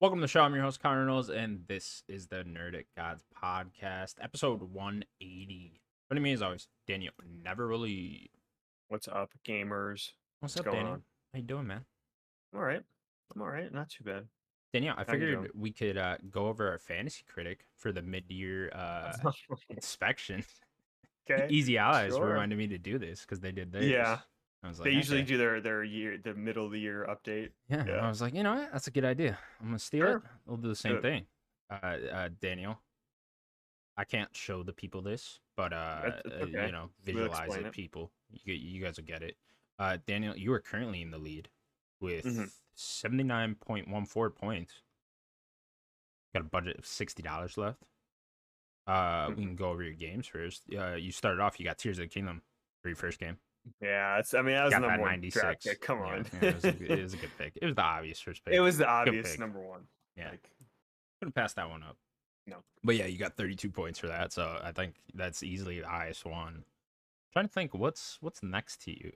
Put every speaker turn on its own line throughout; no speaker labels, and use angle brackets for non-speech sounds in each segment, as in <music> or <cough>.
Welcome to the show. I'm your host, Connor Knowles, and this is the Nerdic Gods podcast, episode 180. Joining me as always, Daniel. Never really.
What's up, gamers?
What's,
What's
up,
going
Daniel?
on?
How you doing, man?
I'm all right. I'm all right. Not too bad. <laughs>
Daniel, I
How you
figured we could uh, go over our fantasy critic for the mid-year uh,
<laughs>
e inspection.
okay.
<laughs> Easy Allies
sure.
reminded me to do this because they did theirs.
Yeah.
I Mm. was like,
They usually
okay.
do their their year the middle of the year update.
Yeah, and
Yeah.
I was like, you know what? That's a good idea. I'm gonna steal
Sure.
it. We'll do the same
it.
thing. Uh, uh, Daniel, I can't show the people this, but uh,
That's- that's
uh,
okay.
you know, visualize
explain
it,
it.
people. You, g- you guys will get it. Uh, Daniel, you are currently in the lead with
Mhm.
seventy nine point one four points. Got a budget of sixty dollars left. Uh, we
Mhm.
can go over your games first. Uh, you started off. You got Tears of the Kingdom for your first game.
Yeah, it's, I mean that was
got
number
that
one
ninety
draft
six.
pick. Come on.
it, was a, good- it was a
<laughs>
good pick. It was the obvious first pick.
It was the obvious
pick.
number one.
Yeah.
Like,
Couldn't pass that one up.
No.
But yeah, you got 32 points for that, so I think that's easily the highest one. trying to think what's what's next to you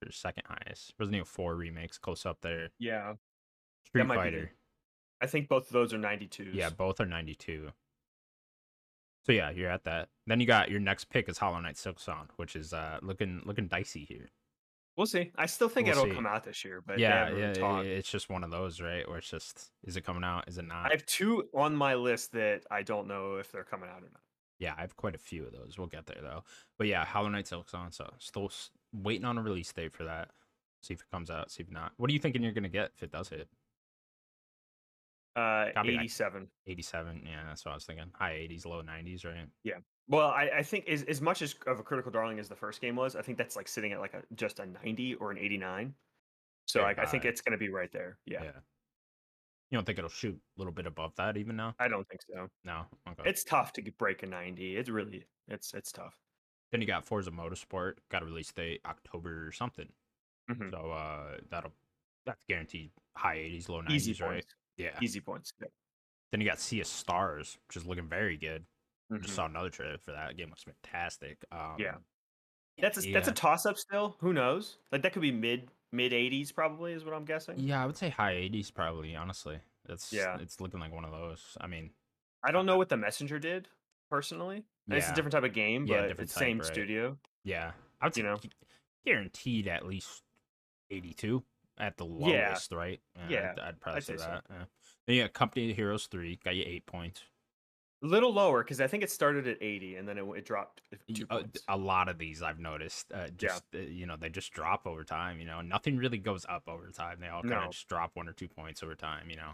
for second highest. Resident Evil 4 remakes close up there.
yeah.
Street
might be
Fighter.
I think both of those are 92s.
Yeah, both are 92. So yeah, you're at that. Then you got your next pick is Hollow Knight Silk Song, which is uh looking looking dicey here.
We'll see. I still think
We'll
it'll
see.
come out this year, but
yeah,
yeah,
yeah, it-
talked.
it's just one of those, right? Where it's just is it coming out? Is it not?
I have two on my list that I don't know if they're coming out or not.
Yeah, I have quite a few of those. We'll get there though. But yeah, Hollow Knight Silk Song. So still s- waiting on a release date for that. See if it comes out. See if not. What are you thinking you're gonna get if it does hit?
Uh,
Copy that.
87.
87. Yeah, that's what I was thinking. High 80s, low 90s, right?
Well, I, I think as, as much as of a critical darling as the first game was, I think that's like sitting at like a just a ninety or an eighty nine. So
Very
like I think
high.
it's gonna be right there. Yeah,
You don't think it'll shoot a little bit above that even now?
I don't think so.
No. Okay.
It's tough to get- break a ninety. It's really it's it's tough.
then you got Forza Motorsport. Got a release date October or something.
Mhm.
So uh, that'll that's guaranteed high 80s, low 90s,
Easy
right?
points.
Yeah.
Easy points. Yeah.
Then you got Sea of Stars, which is looking very good.
Mhm.
Just saw another trailer for that. Game looks fantastic. Um,
Yeah. That's a, that's a
yeah.
toss up still. Who knows? Like that could be mid mid eighties probably is what I'm guessing.
yeah. I would say high eighties probably. Honestly, that's yeah.
Yeah.
It's looking like one of those. I mean,
I don't know what the messenger did personally. And It's
Yeah.
a different type of game,
Yeah,
but
different
it's
type,
same
right.
studio.
yeah, I would
You
say
know?
gu- guaranteed at least eighty-two at the
Yeah.
lowest, right? I'd-
Yeah,
I'd, probably
I'd
say,
say so.
that. Yeah. Then you got Company of Heroes three, got you eight points.
A little lower because I think it started at eighty and then it, w- it dropped
Y-
two
uh,
points.
a lot of these I've noticed, uh, just uh, you know, they just drop over time. You know, nothing really goes up over time. They all kind of
No.
just drop one or two points over time. You know,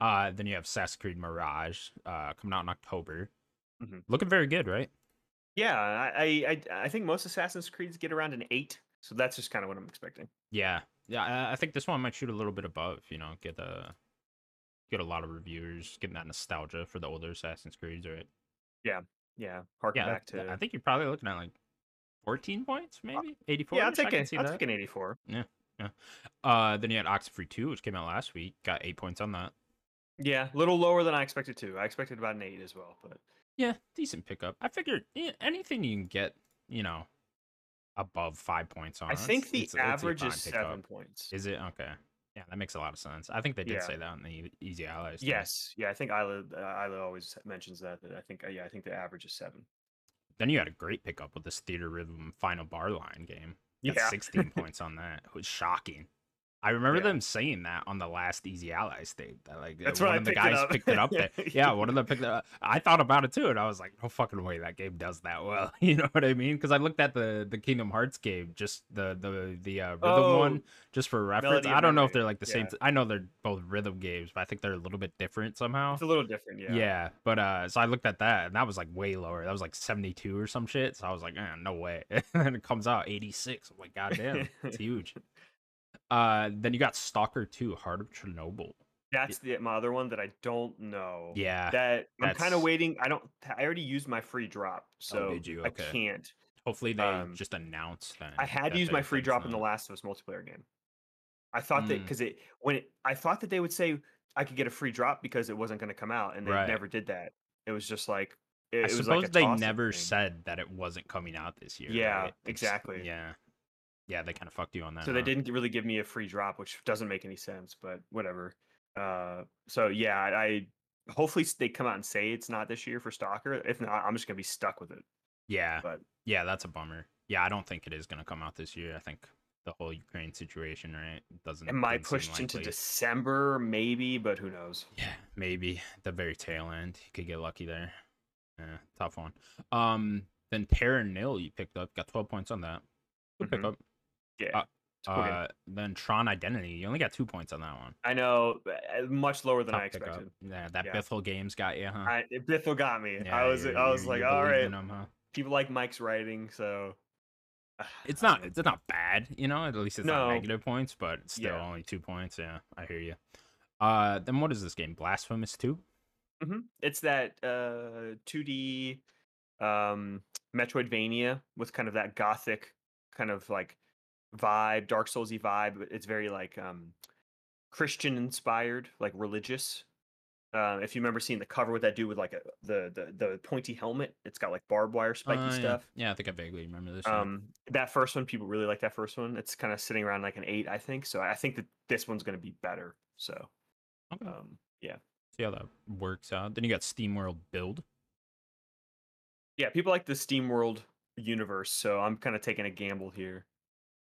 uh, then you have Assassin's Creed Mirage uh, coming out in October,
Mhm.
looking very good, right?
Yeah, I, I I I think most Assassin's Creeds get around an eight, so that's just kind of what I'm expecting.
Yeah, yeah. I, I think this one might shoot a little bit above. You know, get a get a lot of reviewers, getting that nostalgia for the older Assassin's Creeds, right?
Yeah, harken
Yeah,
back
I-
to. Uh,
I think you're probably looking at like 14 points, maybe 84.
yeah, I'll take,
can
a,
see
I'll
that.
take an 84.
Uh, then you had Oxenfree 2, which came out last week. Got eight points on that.
Yeah, a little lower than I expected to. I expected about an eight as well, but
Yeah, decent pickup. I figured eh, anything you can get, you know, above five points on.
I
it's-
think the
it's a- it's a
average is
fine pickup.
seven points.
Is it okay? Yeah, that makes a lot of sense. I think they did
Yeah.
say that in the E-, Easy Allies. thing.
yes, yeah, I think Isla uh, Isla always mentions that. that I think uh, yeah, I think the average is seven.
Then you had a great pickup with this Theater Rhythm Final Bar Line game.
Yeah,
Got 16 points on that. It was shocking. I remember
Yeah.
them saying that on the last Easy Allies date. That like uh,
That's
one
when I
of the
picked it
guys
up.
picked it up.
<laughs>
There. Yeah, one of them picked it up. I thought about it too, and I was like, no fucking way that game does that well. <laughs> You know what I mean? Because I looked at the the Kingdom Hearts game, just the the the uh, rhythm
Oh,
one, just for reference.
Melody of
I don't know if
Memory.
they're like the same.
Yeah.
t- I know they're both rhythm games, but I think they're a little bit different somehow.
it's a little different. Yeah,
Yeah. but uh, so I looked at that, and that was like way lower. That was like seventy two or some shit. So I was like, eh, no way. <laughs> and then it comes out eighty six. I'm like, goddamn, it's
<laughs>
huge. Uh, then you got Stalker Two: Heart of Chernobyl.
that's the my other one that I don't know.
Yeah,
Oh, That I'm kind
that's- Oh,
of waiting. I don't. I already used my free drop, so
did you? Okay.
I can't.
hopefully they
um,
just announce then.
I had
that
to use
they're
my free
fixing
drop in the
it.
Last of Us multiplayer game. I thought that
Mm.
because it when it, I thought that they would say I could get a free drop because it wasn't going to come out, and they
Right.
never did that. It was just like it,
I
it was
suppose
like a
they
toss-up
never
thing.
said that it wasn't coming out this year.
Yeah,
right? They just-
exactly.
Yeah, yeah, they kind of fucked you on that.
So they
huh?
didn't really give me a free drop, which doesn't make any sense, but whatever. Uh, So yeah, I, I hopefully s- they come out and say it's not this year for Stalker. If not, I'm just gonna be stuck with it.
Yeah.
But
Yeah, that's a bummer. Yeah, I don't think it is going to come out this year. I think the whole Ukraine situation, right, doesn't.
it might
doesn't Mm, seem
push into
likely.
December, maybe, but who knows?
Yeah, maybe the very tail end. You could get lucky there. Yeah, tough one. Um, then Terra Nil you picked up got twelve points on that. Good
Mhm.
pickup.
Yeah, it's a cool game.
Uh, then Tron Identity, you only got two points on that one.
I know, but, uh, much lower than I
Tough pickup.
expected.
Yeah, that
Yeah.
Bethel Games got you, huh?
I, Bithel got me. I
Uh-huh. Yeah,
was,
you're-
I
you-
was
you
like,
believed
all right,
in 'em, huh?
people like Mike's writing, so <sighs> Ah,
It's
I
not
mean,
it's not bad, you know. At least it's
No.
not negative points, but it's still
Yeah.
only two points. Yeah, I hear you. Uh, then what is this game? Blasphemous two?
mhm. It's that uh, 2D um, Metroidvania with kind of that gothic kind of like vibe, Dark Soulsy vibe. but It's very like um, Christian inspired, like religious. Uh, if you remember seeing the cover with that dude with like a, the, the the pointy helmet, it's got like barbed wire spiky
Uh, yeah.
stuff.
Yeah. I think I vaguely remember this. yeah.
Um, that first one, people really like that first one. It's kind of sitting around like an eight, I think. So I think that this one's going to be better. So
okay.
um, yeah,
See how that works out. Then you got SteamWorld Build.
yeah. People like the SteamWorld universe, so I'm kind of taking a gamble here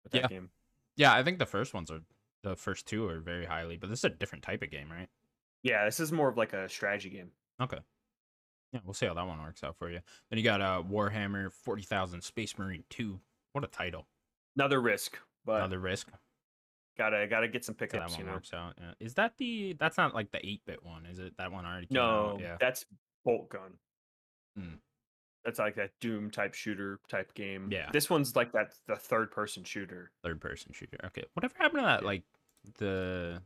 with that
Yeah.
game.
Yeah, I think the first ones are the first two are very highly, but this is a different type of game, right?
Yeah, this is more of like a strategy game.
Okay. Yeah, we'll see how that one works out for you. Then you got uh Warhammer Forty Thousand Space Marine Two. What a title!
Another risk, but
Another risk.
gotta gotta get some
See how that
pickups.
one
You know,
works out. Yeah. Is that the? That's not like the eight bit one, is it? That one already. Came
no,
Out? Yeah.
that's bolt gun.
Mm.
That's like that Doom type shooter type game.
Yeah.
this one's like that the third person shooter.
Third person shooter. Okay. Whatever happened to that? Like the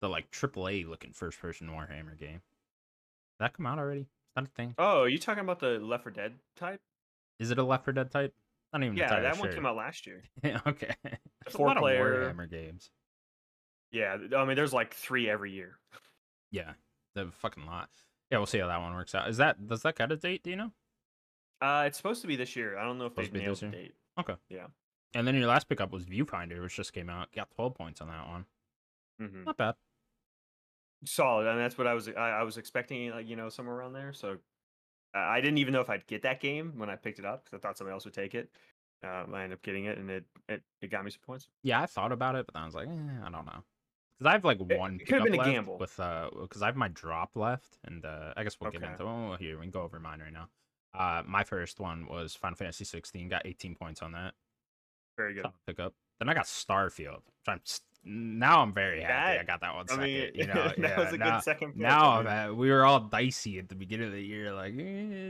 the like AAA looking first person Warhammer game. Did that come out already? Is that a thing?
Oh, you talking about the Left 4 Dead type?
Is it a Left 4 Dead type? Not even.
Yeah,
entirely
that one
sure.
came out last year.
<laughs> Yeah, okay. There's
four
a lot
player-
of Warhammer games.
Yeah, th- I mean, there's like three every year.
Yeah, the fucking lot. Yeah, we'll see how that one works out. Is that does that got a date? Do you know?
Uh, it's supposed to be this year. I don't know if
Supposed
they've
to be
nailed
this
the
year?
date.
And then your last pickup was Viewfinder, which just came out. Got twelve points on that one.
hmm
Not bad.
Solid, and that's what I was. I, I was expecting, like you know, somewhere around there. So uh, I didn't even know if I'd get that game when I picked it up because I thought somebody else would take it. Um, I ended up getting it, and it it, it got me some points.
Yeah, I thought about it, but then I was like, eh, I don't know, because I have like one.
it
pickup
could've been a
left
gamble.
with uh, because I have my drop left, and uh, I guess we'll get
Okay.
into. Oh, here we can go over mine right now. Uh, my first one was Final Fantasy 16. Got 18 points on that.
Very good.
Solid pickup. Then I got Starfield. Which I'm s- now I'm very happy. I
That-
got that one
I
second.
mean, <laughs>
you know,
that
yeah,
was a
now-
good second. pick, I
Now
mean,
that we were all dicey at the beginning of the year, like eh,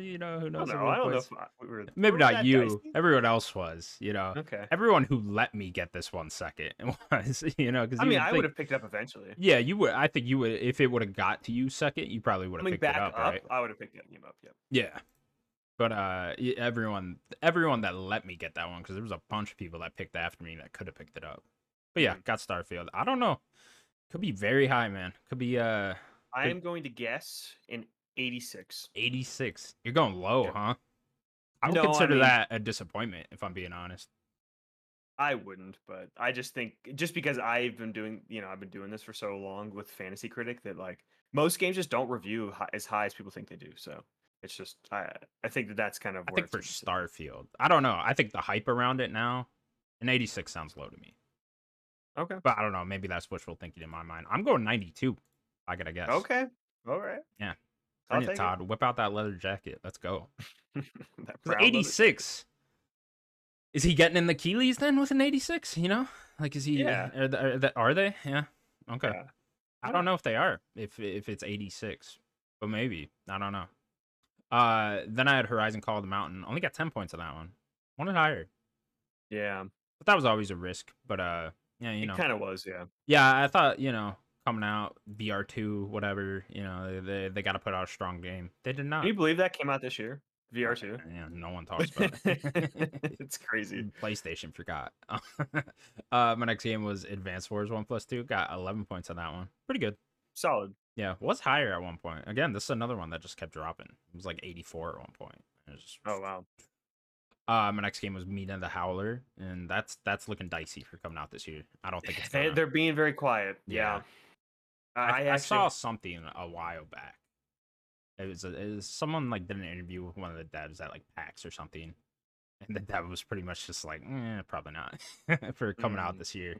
you know who
I
knows.
don't know.
everyone
I don't know
was-
if I, we were,
Maybe
were we
not
that
you.
dicey?
Everyone else was, you know. <laughs>
Okay.
Everyone who let me get this one second <laughs> was, you know, because
I mean, I would
think,
have picked it up eventually.
Yeah, you would. I think you would if it would have got to you second, you probably would have
Coming
picked
back
it up,
up,
right?
I would have picked that game up. Yep.
Yeah. But uh, y- everyone, everyone that let me get that one, because there was a bunch of people that picked after me that could have picked it up. But yeah, got Starfield. I don't know. Could be very high, man. Could be uh
I
Good.
am going to guess in 86.
86. You're going low,
Yeah.
huh? I would
No, I
consider
mean-
that a disappointment if I'm being honest.
I wouldn't, but I just think just because I've been doing, you know, I've been doing this for so long with Fantasy Critic that like most games just don't review hi- as high as people think they do. So it's just I I think that that's kind of
I
where
think for
it's-
Starfield, I don't know. I think the hype around it now, an 86 sounds low to me.
okay
But I don't know. Maybe that's wishful thinking in my mind. I'm going 92. I gotta guess.
okay all right
Yeah.
I'll
Bring it,
take it.
Todd. Whip out that leather jacket. Let's go.
<laughs> That
'Cause
brown leather-
86. Is he getting in the Keeleys then with an 86? You know, like is he?
Yeah.
Are, th- are, th- are they? Yeah. Okay.
Yeah.
I don't know if they are. If if it's 86, but maybe I don't know. Uh, then I had Horizon Call of the Mountain. Only got 10 points on that one. Wanted higher,
Yeah,
but that was always a risk. But uh, yeah, you
it
know,
kind of was. Yeah,
yeah, I thought you know coming out VR two whatever you know they they got to put out a strong game. They did not.
can you believe that came out this year? VR two.
<laughs> Yeah, no one talks about it.
<laughs> it's crazy.
PlayStation forgot. <laughs> uh, my next game was Advanced Wars One Plus Two. Got eleven points on that one. Pretty good.
Solid.
Yeah, was higher at one point. Again, this is another one that just kept dropping. It was like eighty four at one point. It was just-
Oh wow.
Uh, my next game was Mina the Howler, and
<laughs>
that's that's looking dicey for coming out this year. I don't think it's
They,
gonna.
they're being very quiet.
Yeah.
Yeah.
I, I
actually,
saw something a while back. It was, a, it was someone like did an interview with one of the devs at like PAX or something, and the dev was pretty much just like, eh, probably not <laughs> for coming out
Mm,
this year.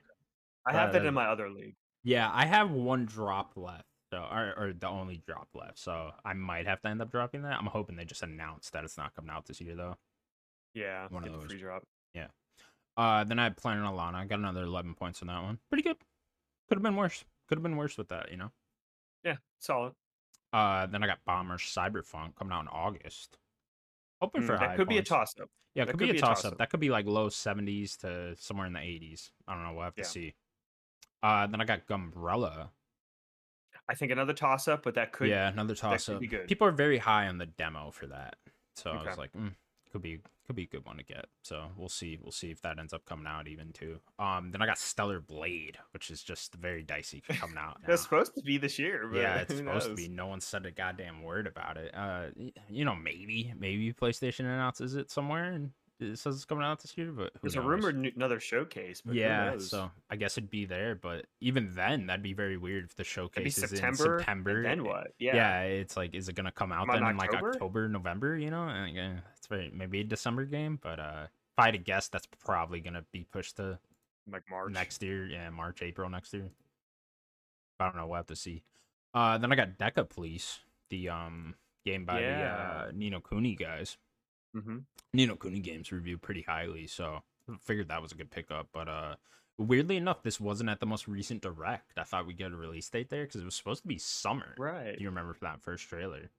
I have that
uh,
in my other league.
Yeah, I have one drop left, so or, or the only drop left, so I might have to end up dropping that. I'm hoping they just announce that it's not coming out this year though.
Yeah,
one of
get the
those.
free drop.
Uh, then I had Planet Alana. I got another 11 points on that one. Pretty good. Could have been worse. Could have been worse with that, you know.
Yeah, solid.
Uh, then I got Bomber Cyberpunk coming out in August. Hoping
Mm,
for
that
high
could be a
points.
toss up.
Yeah, it could, be, a toss up.
toss-up.
That could be like low 70s to somewhere in the 80s. I don't know. We'll have to
Yeah.
see. Uh, then I got Gumbrella.
I think another toss up, but that could
yeah, another toss up.
be good.
People are very high on the demo for that, so I
Okay.
was like, mm, could be could be a good one to get. So we'll see. We'll see if that ends up coming out even too. Um, then I got Stellar Blade, which is just very dicey coming
<laughs>
out.
It was
now.
supposed to be this year. But <laughs>
Yeah, it's
who
supposed to
knows?
be. No one said a goddamn word about it. Uh, y- you know, maybe maybe PlayStation announces it somewhere and it says it's coming out this year, but who
There's a
knows?
rumored n- another showcase, but who
Yeah,
knows?
so I guess it'd be there, but even then, that'd be very weird if the
It'd be
showcase is in
September.
September.
and then what? Yeah.
yeah. it's like is it gonna come out
Come out
then
in
in like
October?
october november you know and again it's very maybe a december game but uh if i had to guess that's probably gonna be pushed to
like March.
next year yeah march april next year i don't know we'll have to see uh then i got deca police the um game by
Yeah.
the uh nino cooney guys
hmm
nino cooney games reviewed pretty highly so I figured that was a good pickup but uh weirdly enough this wasn't at the most recent direct i thought we'd get a release date there because it was supposed to be summer
Right.
you remember from that first trailer.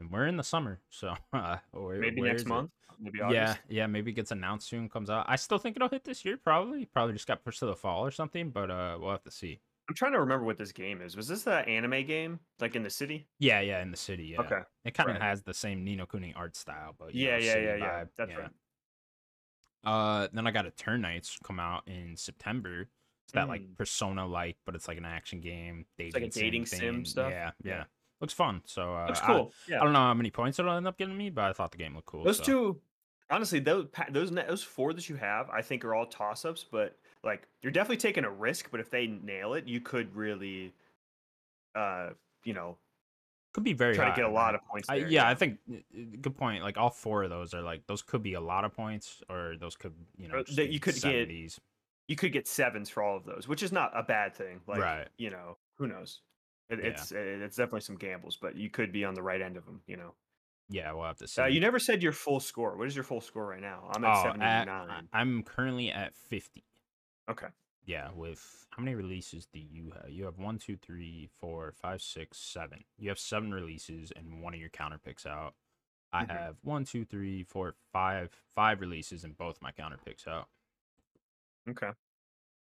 And we're in the summer, so <laughs> uh, or
Maybe
where
next
is it?
month. Maybe August.
Yeah, yeah, maybe it gets announced soon, comes out. I still think it'll hit this year, probably. Probably just got pushed to the fall or something, but uh, we'll have to see.
I'm trying to remember what this game is. Was this the anime game? Like in the city?
Yeah, yeah, in the city. Yeah,
Okay.
it kind of
right.
has the same Nino Kuni art style, but you know,
Yeah, yeah,
city
yeah, yeah.
vibe,
That's
yeah.
right.
Uh, then I got a Turn Nights come out in September. It's that like
Mm.
Persona like, but it's like an action game, dating
like a dating sim
thing.
stuff?
Yeah,
Yeah.
yeah, looks fun. So uh,
Looks
I-
cool. yeah.
I don't know how many points it'll end up getting me, but I thought the game looked cool.
Those
so.
two, honestly, those pa- those ne- those four that you have, I think are all toss ups. But like, you're definitely taking a risk. But if they nail it, you could really, uh, you know,
could be very
try
high,
to get a
man.
lot of points.
I,
There,
yeah, I think uh, uh, good point. Like all four of those are like those could be a lot of points, or those could you know
Or
just
that
be
you could get,
70s.
you could get sevens for all of those, which is not a bad thing. Like,
Right.
you know, who knows? It,
Yeah.
It's it, it's definitely some gambles, but you could be on the right end of them. You know,
Yeah, we'll have to see.
uh, you never said your full score. What is your full score right now? I'm at
oh,
seventy
at-
nine.
I- I'm currently at 50.
Okay.
Yeah, with how many releases do you have? You have one, two, three, four, five, six, seven. You have seven releases, and one of your counter picks out. I
Mhm.
have one, two, three, four, five, five releases, and both my counter picks out. uh,
Okay.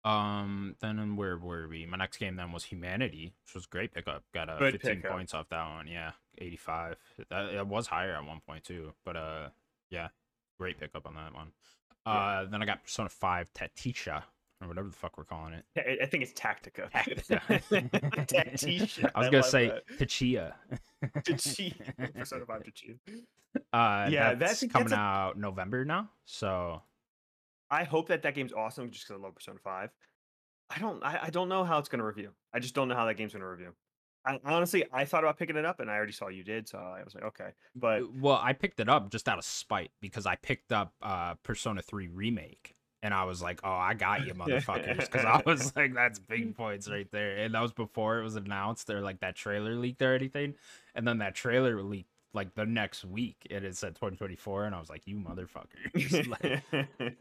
Um, then and where were we? My next game then was Humanity, which was a great pickup. Got uh,
Good
15
pickup.
points off that one. Yeah, 85. That it was higher at one point too, but uh, yeah, great pickup on that one.
Yeah.
Uh, then I got Persona 5 Tatisha or whatever the fuck we're calling
<laughs>
it.
Ta- I I think it's Tactica.
Tactica.
<laughs> Tactica.
<laughs> I was gonna
love
say
that.
Tachia.
Tachia. Persona 5 Tachia.
<laughs> Uh,
Yeah,
yeah,
that- I
that's
think that's
coming
a-
out November now. So
I hope that that game's awesome just because I love Persona 5. I don't I, I don't know how it's going to review. I just don't know how that game's going to review. I, honestly, I thought about picking it up and I already saw you did, so I was like, okay. But
Uh, well i picked it up just out of spite because i picked up uh persona 3 remake and i was like oh i got you motherfuckers because i was like that's big points right there and that was before it was announced or like that trailer leaked or anything and then that trailer leaked like the next week and it said 2024 and i was like <laughs> you motherfuckers <laughs>
<laughs>
Like,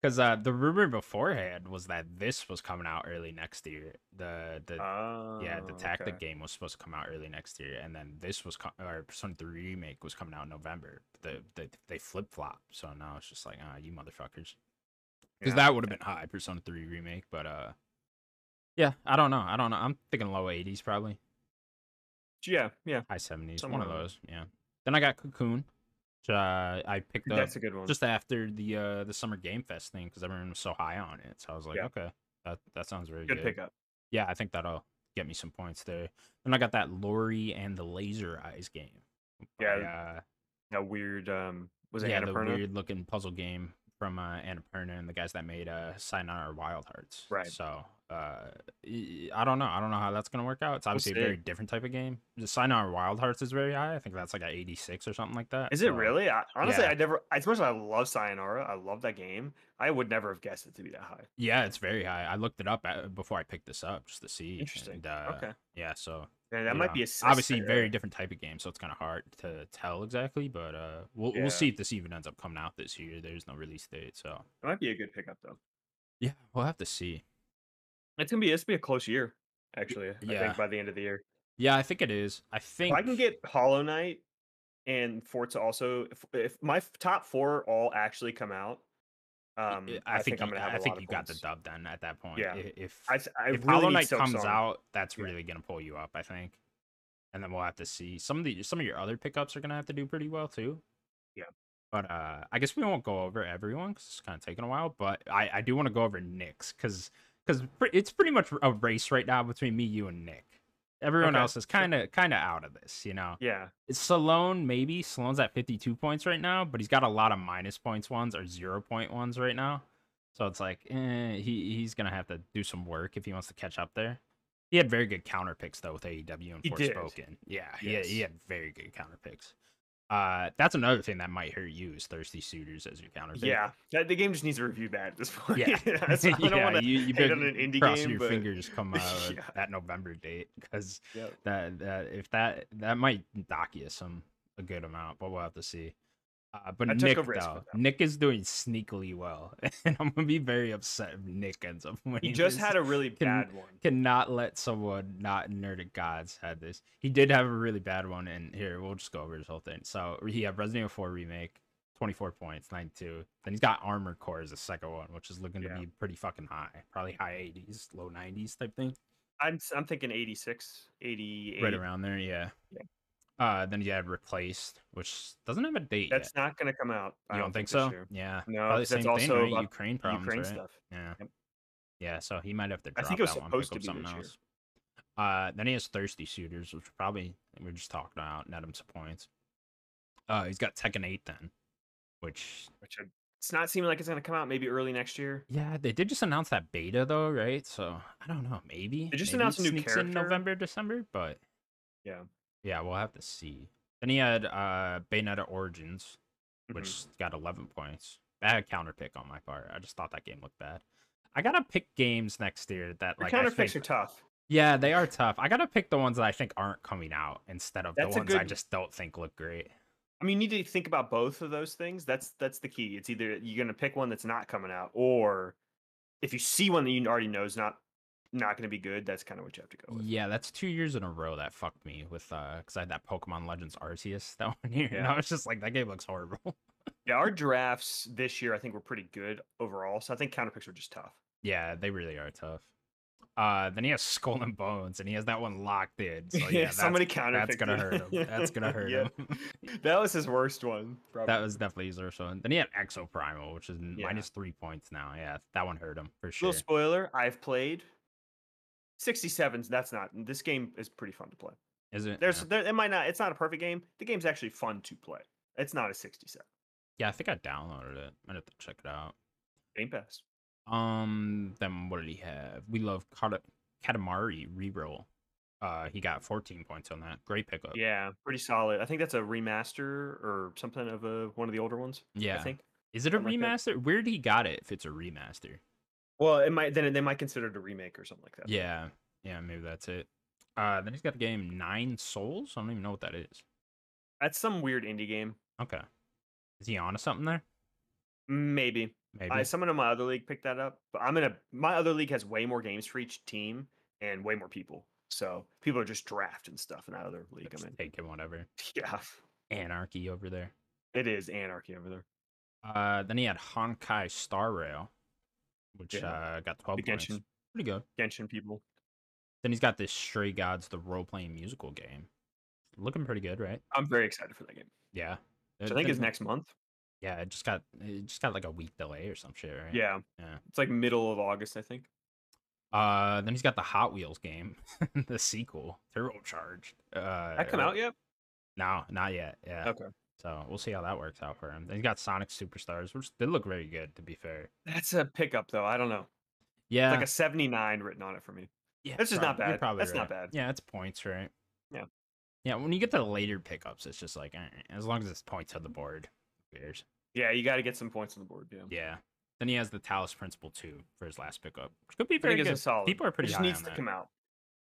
because uh the rumor beforehand was that this was coming out early next year the the yeah, the
Oh,
tactic
okay.
game was supposed to come out early next year, and then this was co- or Persona Three remake was coming out in November. The, the they flip flop, so now it's just like ah, you motherfuckers, because
Yeah.
that would have been high Persona Three remake, but uh, yeah, I don't know, I don't know. I'm thinking low eighties probably,
Yeah, yeah.
high seventies, one
Somewhere
of
around.
those. Yeah. Then I got Cocoon, which uh, I picked up
That's a good one.
just after the uh the Summer Game Fest thing because everyone was so high on it. So I was like,
Yeah.
okay, that that sounds very
good
good
pickup.
yeah, I think that'll get me some points there. Then I got that Lori and the Laser Eyes game. by,
Yeah,
uh,
That weird um was it
yeah, the
Annapurna?
weird looking puzzle game from uh, Annapurna and the guys that made uh, Sign on Our Wild Hearts.
Right.
So uh, y- I don't know. I don't know how that's gonna work out. It's obviously a very
see.
different type of game. The sign on Wild Hearts is very high. I think that's like at 86 or something like that.
Is it
so-
really? I, honestly,
uh, yeah.
I never. As much as I love Sayonara, I love that game. I would never have guessed it to be that high.
Yeah, it's very high. I looked it up at, before I picked this up just to see.
Interesting.
and, uh,
okay,
Yeah, so
Yeah, that
you
might
know,
be a s- a
obviously
s-
very different type of game, so it's kind of hard to tell exactly. But uh, we'll
Yeah.
we'll see if this even ends up coming out this year. There's no release date, so
It might be a good pickup though.
yeah, we'll have to see.
It's gonna be. It's gonna be a close year, actually. I
yeah.
think by the end of the year,
Yeah, I think it is. I think
if I can get Hollow Knight and Forza also. If, if my f- top four all actually come out,
y-
um,
I, think,
I'm
you-
gonna have.
I
a
think
lot
you
of
got the
points.
dub then at that point.
Yeah.
I- If
I, th- I
if
really
Hollow
need
Knight
Silk
comes
Song.
out, that's
Yeah.
really gonna pull you up, I think. And then we'll have to see. Some of the some of your other pickups are gonna have to do pretty well too.
Yeah.
But uh, I guess we won't go over everyone because it's kind of taking a while. But I, I do want to go over Nick's because because it's pretty much a race right now between me, you, and Nick. Everyone
Okay,
else is
sure.
kind of kind of out of this, you know.
Yeah,
It's Salone maybe Salone's at 52 points right now, but he's got a lot of minus points ones or zero point ones right now. So it's like eh, he he's gonna have to do some work if he wants to catch up there. He had very good counter picks though with AEW and
He did.
Forspoken. Yeah, he had, he
Yes.
had very good counter picks. Uh, that's another thing that might hurt you is thirsty suitors as your counter. pick.
yeah. <laughs> That, the game just needs to review that at this <laughs> point.
Yeah. <laughs>
That's- I don't
Yeah,
want to
you, you
hate
better
on an indie
cross
game,
your
but-
fingers
<laughs>
come uh,
Yeah.
that November date because that that if that that might dock you some a good amount, but we'll have to see. Uh, but
I took
Nick
a risk
though,
with that.
Nick is doing sneakily well, <laughs> and I'm gonna be very upset if Nick ends up winning.
He just
this.
had a really
can-
bad one.
<laughs> cannot let someone not nerd at gods had this. He did have a really bad one, and here we'll just go over his whole thing. So he had Resident Evil 4 remake, 24 points, 92. Then he's got Armor Core as the second one, which is looking
Yeah.
to be pretty fucking high, probably high 80s, low 90s type thing,
I'm s- I'm thinking 86, 88.
right around there. Yeah.
Yeah.
Uh, then he had replaced, which doesn't have a date.
That's
yet.
not going to come out.
You
I
don't, think,
this
so?
year.
Yeah.
No,
Probably
'cause that's
same thing,
also
right?
about
Ukraine problems,
Ukraine
right?
stuff.
Yeah.
Yep.
Yeah, so he might have to
I
drop
think it was
that one, pick
supposed to
up something
be this year.
else. Uh, then he has thirsty shooters, which probably we are just talking about, net him some points. Uh, he's got Tekken 8 then, which
Which I- it's not seeming like it's going to come out. Maybe early next year.
yeah, they did just announce that beta though, right? So I don't know, maybe
They just
maybe
announced
it
a new
sneaks in
character.
November, December, but
Yeah.
yeah, we'll have to see. Then he had uh Bayonetta Origins, which
Mhm.
got 11 points. Bad counter pick on my part. I just thought that game looked bad. I gotta pick games next year that
Your
like
counter
I
picks
think,
are tough.
Yeah, they are tough. I gotta pick the ones that I think aren't coming out instead of
That's
the
a
ones I
good-
just don't think look great.
I mean, you need to think about both of those things. That's that's the key. It's either you're going to pick one that's not coming out, or if you see one that you already know is not not going to be good, that's kind of what you have to go with.
Yeah, that's two years in a row that fucked me with uh because I had that Pokemon Legends Arceus that <laughs> one year, and I
Yeah.
was just like, that game looks horrible. <laughs>
Yeah, our drafts this year I think were pretty good overall. So I think counter picks are just tough.
yeah, they really are tough. Uh, then he has Skull and Bones, and he has that one locked in. <laughs> <laughs> So
<laughs>
yeah, that's,
somebody counter.
that's gonna hurt him. That's gonna
<laughs>
hurt him.
That was his worst one. Probably.
That was definitely his worst one. Then he had Exo Primal, which is n-
Yeah.
minus three points now. Yeah, that one hurt him for sure.
little spoiler. I've played 67s. That's not. This game is pretty fun to play.
Is it?
There's
yeah.
there. It might not. It's not a perfect game. The game's actually fun to play. It's not a 67.
yeah, I think I downloaded it. Might have to check it out.
Game Pass.
Um, then what did he have? We love Kata- Katamari Reroll. Uh, he got 14 points on that. Great pickup.
Yeah, pretty solid. I think that's a remaster or something of a, one of the older ones.
yeah.
I think.
Is it a
something like
remaster? Where did he got it? If it's a remaster,
Well, it might then they might consider it a remake or something like that.
yeah, yeah, maybe that's it. Uh, then he's got the game Nine Souls. I don't even know what that is.
That's some weird indie game.
Okay, is he onto something there?
Maybe.
Maybe.
I, someone in my other league picked that up, but I'm gonna. My other league has way more games for each team and way more people, so people are just drafting stuff in that other league.
Just
I'm in.
taking whatever
<laughs> Yeah,
anarchy over there.
it is anarchy over there.
Uh, then he had Honkai Star Rail, which
Yeah.
uh got 12
The
points.
Genshin,
Pretty good.
Genshin people.
Then he's got this Stray Gods, the role playing musical game. Looking pretty good, right?
I'm very excited for that game.
Yeah.
Which
Uh,
I think is
then-
next month.
Yeah, it just got it just got like a week delay or some shit, right?
Yeah.
Yeah.
it's like middle of August, I think.
Uh, then he's got the Hot Wheels game, <laughs> the sequel, Turbocharged. Uh,
That come
or-
out yet?
No, not yet. Yeah.
Okay,
So we'll see how that works out for him. Then he's got Sonic Superstars, which did look very good, to be fair.
that's a pickup though. I don't know.
Yeah.
It's like a 79 written on it for me.
yeah,
That's just not
prob- you're
bad. That's not
right.
bad.
Yeah, it's points, right?
Yeah.
Yeah, when you get to the later pickups, it's just like, eh, as long as it's points on the board, who cares?
Yeah, you got to get some points on the board. Yeah,
Yeah. Then he has the Talos Principle too for his last pickup, which could be
I
very
think
good.
it's a solid.
People are
it
pretty
just
high
needs
on
to
that.
come out.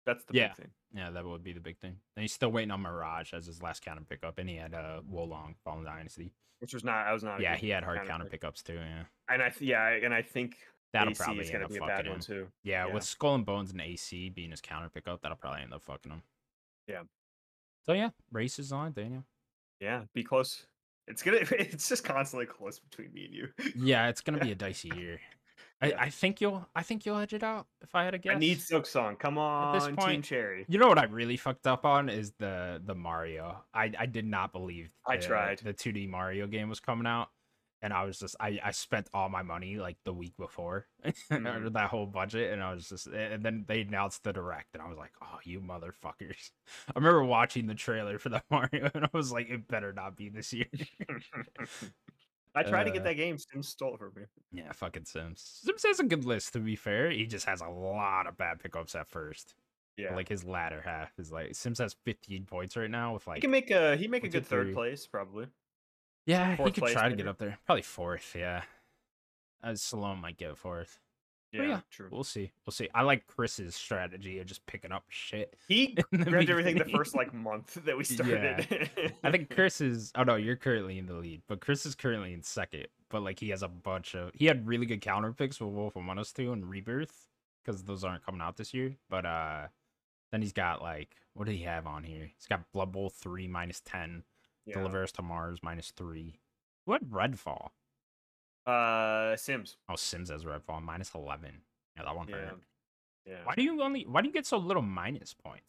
That's the
Yeah.
big thing.
Yeah, that would be the big thing. And he's still waiting on Mirage as his last counter pickup, and he had uh, Wolong Fallen Dynasty.
Which was not. I was not. a
Yeah,
good-
he had hard
counter
counter
pick.
pickups too. Yeah,
And I th- yeah, I- and I think
that'll
AC
probably
is
end
going
up
to be a
fucking
bad one
him.
too.
Yeah,
Yeah.
with Skull and Bones and AC being his counter pickup, that'll probably end up fucking him.
Yeah.
So yeah, race is on Daniel.
Yeah, be close. It's gonna. <laughs> It's just constantly close between me and you.
Yeah, it's gonna be a dicey
<laughs>
year. I,
Yeah.
I think you'll I think you'll edge it out if I had a guess.
I need Silk Song. Come on,
this
Team
point, <laughs>
Cherry. <laughs>
You know what I really fucked up on is the the Mario. I I did not believe
I
the,
tried.
the 2D Mario game was coming out, and I was just I I spent all my money like the week before <laughs>
Mhm.
that whole budget, and I was just and then they announced the direct, and I was like, oh you motherfuckers! <laughs> I remember watching the trailer for the <laughs> Mario, and I was like, it better not be this year.
<laughs>
<laughs>
I tried to
Uh,
get that game. Sims stole it from me.
yeah, fucking Sims. Sims has a good list to be fair. He just has a lot of bad pickups at first.
Yeah,
Like his latter half is like Sims has 15 points right now with
he
like
can make a. He make a
one, two,
good third
three. Oh,
place probably.
Yeah, he
fourth
could
place,
try to
maybe?
get up there. Probably fourth, yeah. As Salome might get fourth.
Yeah,
yeah,
true.
We'll see. We'll see. I like Chris's strategy of just picking up shit. <laughs>
he
in the <laughs>
grabbed everything the
beginning.
first like month that we started.
I
<laughs>
think Chris is oh no, you're currently in the lead, but Chris is currently in second. But like he has a bunch of he had really good counter picks with Wolf Among Us 2 and Rebirth, because those aren't coming out this year. But uh then he's got like what did he have on here? He's got Blood Bowl 3 minus 10,
Yeah.
Deliver Us to Mars minus three. What Redfall?
Uh, Sims.
Oh, Sims has Redfall minus eleven. Yeah, that one
Yeah.
hurt.
Yeah.
Why do you only? Why do you get so little minus points?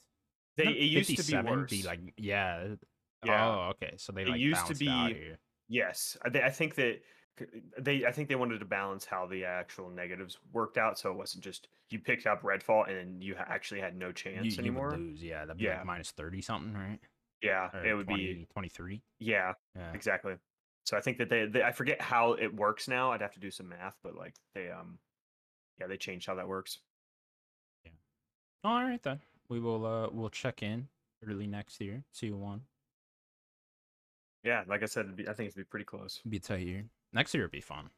They,
Doesn't
it used to be
57
worse.
like yeah. it-
Yeah.
Oh, okay. So they
It
like
used to
bounced out
be-
here.
yes, I, thi- I think that c- they. I think they wanted to balance how the actual negatives worked out, so it wasn't just you picked up Redfall and then you ha- actually had no
You,
chance
you would
anymore.
lose. Yeah, that'd be like
Yeah.
minus thirty something, right?
yeah,
Or
it would
20,
be.
23.
Yeah,
Yeah.
exactly. So I think that they, they. I forget how it works now. I'd have to do some math, but like they um, yeah, they changed how that works.
All right then. We will. Uh, we'll check in early next year. See you one.
Yeah, like I said, it'd be, I think it'd be pretty close.
Be a tight year. Next year would be fun.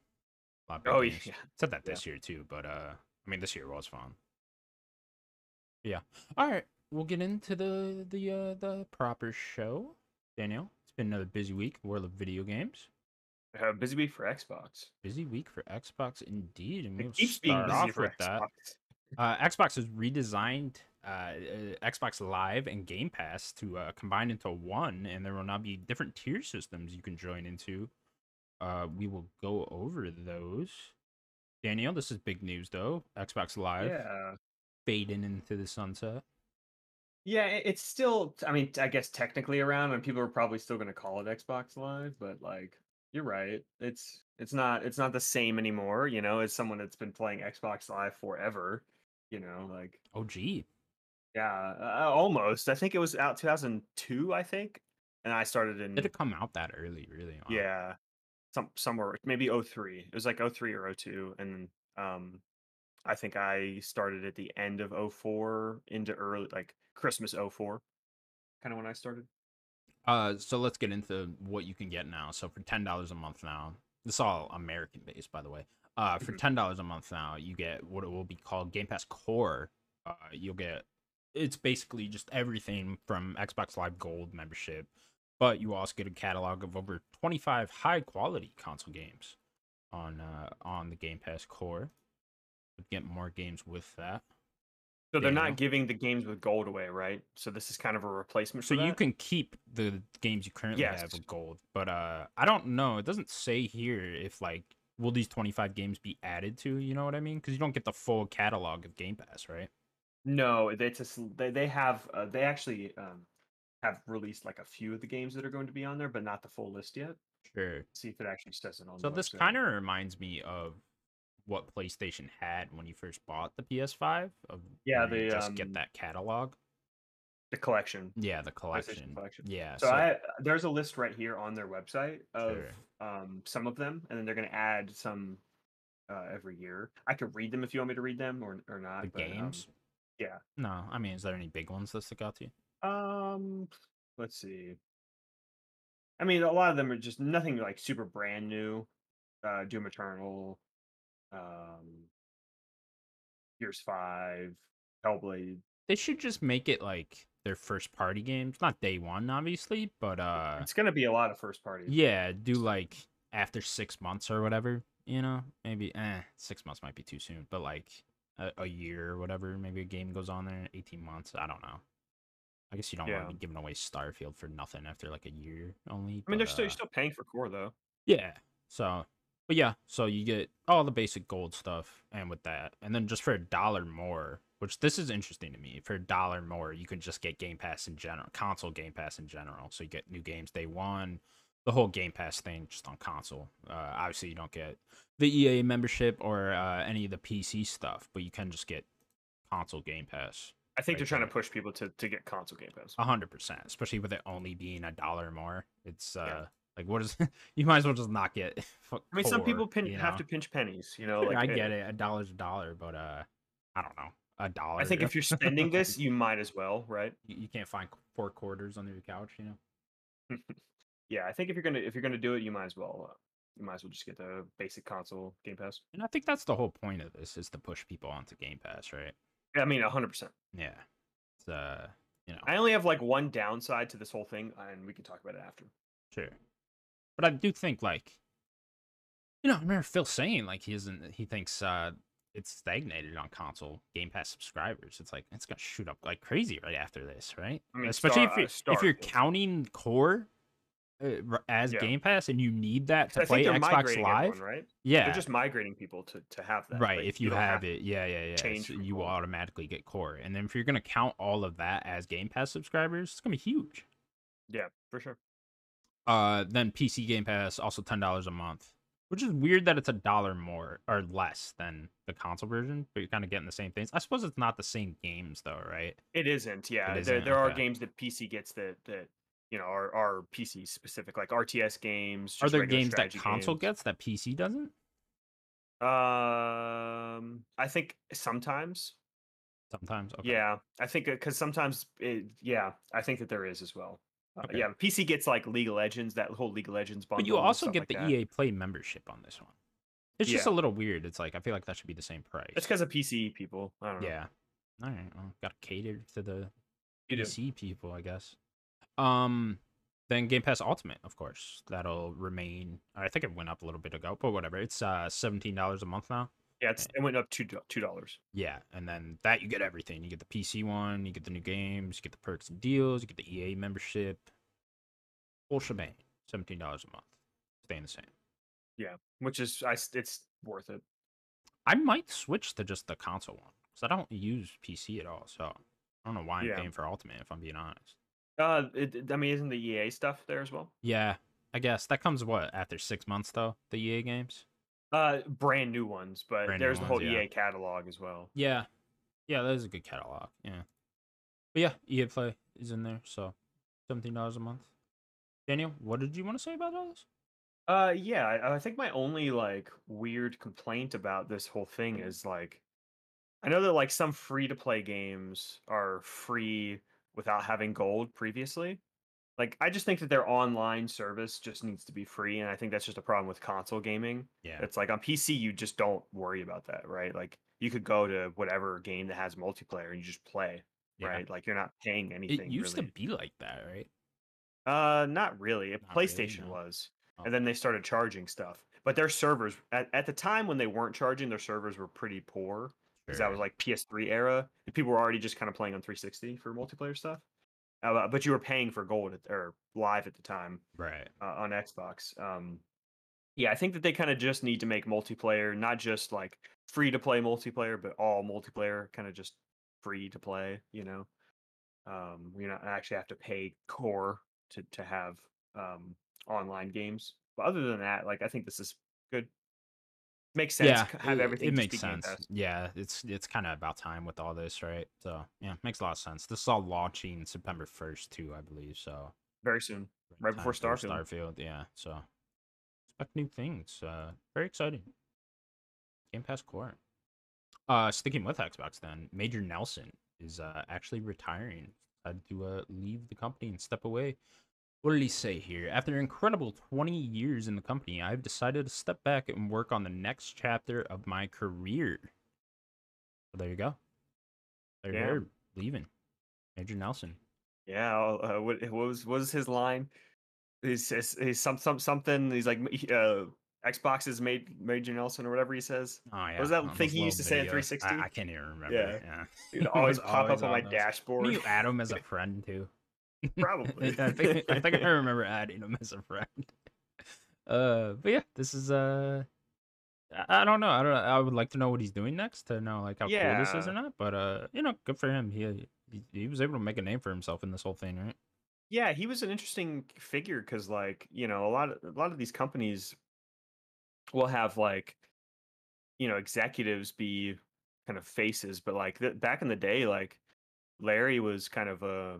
A lot better
Oh yeah,
games. Said that
Yeah.
this year too, but uh, I mean this year was fun. Yeah. All right, we'll get into the the uh, the proper show. Daniel, it's been another busy week. World of video games.
uh, busy week for Xbox.
Busy week for Xbox indeed, and
It
we'll
keeps being
start
busy
off
for
with that.
Xbox.
Uh, Xbox has redesigned uh, uh, Xbox Live and Game Pass to uh, combine into one, and there will now be different tier systems you can join into. Uh, we will go over those. Daniel, this is big news though. Xbox Live
Yeah.
fading into the sunset.
Yeah, it- it's still. I mean, I guess technically around, and people are probably still going to call it Xbox Live, but like, you're right. It's it's not it's not the same anymore. You know, as someone that's been playing Xbox Live forever. You know, like
Oh, gee.
yeah, uh, almost. I think it was out 2002. I think, and I started in
Did it come out that early? Really? Wow.
Mm. yeah, some somewhere maybe 03. It was like 03 or 02, and um, I think I started at the end of 04 into early like Christmas 04, kind of when I started.
Uh, so let's get into what you can get now. So for ten dollars a month now, this is all American based, by the way. Uh, for
Mhm.
ten dollars a month now, you get what it will be called Game Pass Core. Uh, you'll get it's basically just everything from Xbox Live Gold membership, but you also get a catalog of over twenty five high quality console games on uh, on the Game Pass Core. You get more games with that.
So they're
Yeah.
not giving the games with gold away, right? So this is kind of a replacement.
So
for
you
that?
can keep the games you currently
Yes.
have with gold, but uh, I don't know. It doesn't say here if like will these twenty five games be added to. You know what I mean? Because you don't get the full catalog of Game Pass, right?
no, they just they they have uh, they actually um, have released like a few of the games that are going to be on there, but not the full list yet.
Sure.
See if it actually says it on.
So
the
this
website.
kind of reminds me of what PlayStation had when you first bought the PS Five. Of
Yeah,
where you
the,
just get
um,
that catalog.
the collection.
Yeah, the collection.
collection.
Yeah.
So I there's a list right here on their website of
Sure.
um, some of them, and then they're going to add some uh, every year. I could read them if you want me to read them or or not.
The
but, um,
games?
yeah.
No, I mean, is there any big ones that stick out to you?
Um, let's see. I mean, a lot of them are just nothing like super brand new. Uh, Doom Eternal, um, Gears Five, Hellblade.
They should just make it like their first party games, not day one, obviously, but uh,
it's gonna be a lot of first party.
yeah, do like after six months or whatever. You know, maybe eh, six months might be too soon, but like a, a year or whatever. Maybe a game goes on there, eighteen months. I don't know. I guess you don't want
Yeah.
to be giving away Starfield for nothing after like a year only.
I mean, they're
but,
still
uh,
you're still paying for core though.
Yeah. So, but yeah, so you get all the basic gold stuff, and with that, and then just for a dollar more, which this is interesting to me. For a dollar more, you can just get Game Pass in general, console Game Pass in general. So you get new games day one, the whole Game Pass thing just on console. Uh, obviously, you don't get the EA membership or uh, any of the PC stuff, but you can just get console Game Pass.
I think
Right,
they're trying to
right.
push people to to get console Game Pass.
A hundred percent, especially with it only being a dollar more. It's uh,
Yeah.
like what is? <laughs> you might as well just not get. <laughs>
I mean, some people pin,
you
have
know?
to pinch pennies.
<laughs>
You know,
Sure,
<laughs> like eh,
I get it. A dollar's a dollar, but uh, I don't know. A dollar.
I think if you're spending
<laughs>
this, you might as well, right?
you, you can't find qu- four quarters under your couch, you know.
Yeah, I think if you're gonna if you're gonna do it, you might as well. Uh, you might as well just get the basic console Game Pass.
And I think that's the whole point of this is to push people onto Game Pass, right?
Yeah, I mean, hundred percent.
Yeah. It's uh, you know,
I only have like one downside to this whole thing, and we can talk about it after.
sure. But I do think like, you know, I remember Phil saying like he isn't. He thinks uh, it's stagnated on console Game Pass subscribers. It's like it's gonna shoot up like crazy right after this, right?
I mean,
Especially
Star- uh,
if you're, if you're
Starfield.
counting core. uh, r- As
Yeah.
Game Pass, and you need that
'Cause
to
I think
play
they're
Xbox
migrating
Live,
everyone, right?
Yeah.
They're just migrating people to to have that.
right.
like,
if you,
don't
have it, yeah, yeah, yeah.
change
so
from
you will
core.
automatically get core. And then if you're gonna count all of that as Game Pass subscribers, it's gonna be huge.
yeah, for sure.
Uh then PC Game Pass, also ten dollars a month. Which is weird that it's a dollar more or less than the console version, but you're kind of getting the same things. I suppose it's not the same games though, right?
It isn't. Yeah, there
isn't,
there are
okay.
games that PC gets that that you know are are PC specific, like RTS games.
Are
just
there
regular
games that
strategy
console gets
games.
that PC doesn't?
Um, I think sometimes.
Sometimes. Okay.
Yeah, I think because sometimes, it, yeah, I think that there is as well. Uh,
Okay.
Yeah, PC gets like League of Legends, that whole League of Legends bundle.
But you
and
also
stuff
get
like
the E
that.
EA Play membership on this one. It's just a
Yeah.
little weird. It's like I feel like that should be the same price.
It's because of PC people. I don't know.
Yeah. All right. Well, got to cater to the
You do.
PC people, I guess. Um, then Game Pass Ultimate, of course, that'll remain. I think it went up a little bit ago, but whatever. It's uh seventeen dollars a month now.
Yeah, it's, it went up two do- two dollars.
Yeah, and then that you get everything. You get the PC one, you get the new games, you get the perks and deals, you get the EA membership, whole shebang. Seventeen dollars a month, staying the same.
which is I, s- it's worth it.
I might switch to just the console one because I don't use PC at all. So I don't know why I'm
Yeah.
paying for Ultimate if I'm being honest.
Uh, it, it- I mean, isn't the EA stuff there as well?
Yeah, I guess that comes what after six months though. The EA games.
Uh, brand new ones, but
Brand new
there's the whole
ones, yeah.
EA catalog as well.
Yeah, yeah, that is a good catalog. Yeah, but yeah, EA Play is in there, so seventeen dollars a month. Daniel, what did you want to say about all this?
Uh, yeah, I, I think my only like weird complaint about this whole thing is like, I know that like some free to play games are free without having gold previously. Like, I just think that their online service just needs to be free, and I think that's just a problem with console gaming.
Yeah,
It's like on PC, you just don't worry about that, right? Like you could go to whatever game that has multiplayer and you just play,
yeah.
right? Like you're not paying anything.
It used
really.
to be like that, right?
Uh, not really. It
Not really,
PlayStation
no.
was,
Oh.
and then they started charging stuff. But their servers at, at the time when they weren't charging, their servers were pretty poor because that
Sure.
was like PS3 era, and people were already just kind of playing on 360 for multiplayer stuff. Uh, but you were paying for gold at, or live at the time
right.
uh, on Xbox. Um, yeah, I think that they kind of just need to make multiplayer, not just like free to play multiplayer, but all multiplayer kind of just free to play. You know, um, you not actually have to pay core to to have um, online games. But other than that, like I think this is good. Makes sense.
yeah,
c- have
it-
everything.
It
just
makes
be Game
sense.
Pass.
Yeah, it's it's kind of about time with all this, right? So yeah, makes a lot of sense. This is all launching September first too, I believe. So
Very soon. Right
time
before
for
Starfield.
Starfield, yeah. So expect new things. Uh, very exciting. Game Pass Core. Uh, sticking with Xbox, then Major Nelson is uh, actually retiring. Had to uh, leave the company and step away. What did he say here? After an incredible 20 years in the company, I've decided to step back and work on the next chapter of my career. So there you go. There you
Yeah.
heard, leaving. Major Nelson.
Yeah, uh, what, what was what was his line? He's, he's, he's some some something. He's like m- he- uh, Xbox is made Major Nelson or whatever he says.
Oh yeah.
was that
on those
thing he
little
used to say in
videos.
360?
I, I can't even remember.
Yeah.
Yeah. <laughs>
It would
It
always
was
pop
always
up on my
on those. Didn't
<laughs> dashboard.
you add him as a friend too?
Probably.
<laughs> I, think, I
<laughs>
think I remember adding him as a friend. <laughs> Uh, but yeah, this is uh, I, I don't know. I don't. I would like to know what he's doing next to know like how cool this is or
Yeah.
not. But uh, you know, good for him. He uh, he, he was able to make a name for himself in this whole thing, right?
yeah, he was an interesting figure because, like, you know, a lot of a lot of these companies will have like, you know, executives be kind of faces, but like th- back in the day, like Larry was kind of a,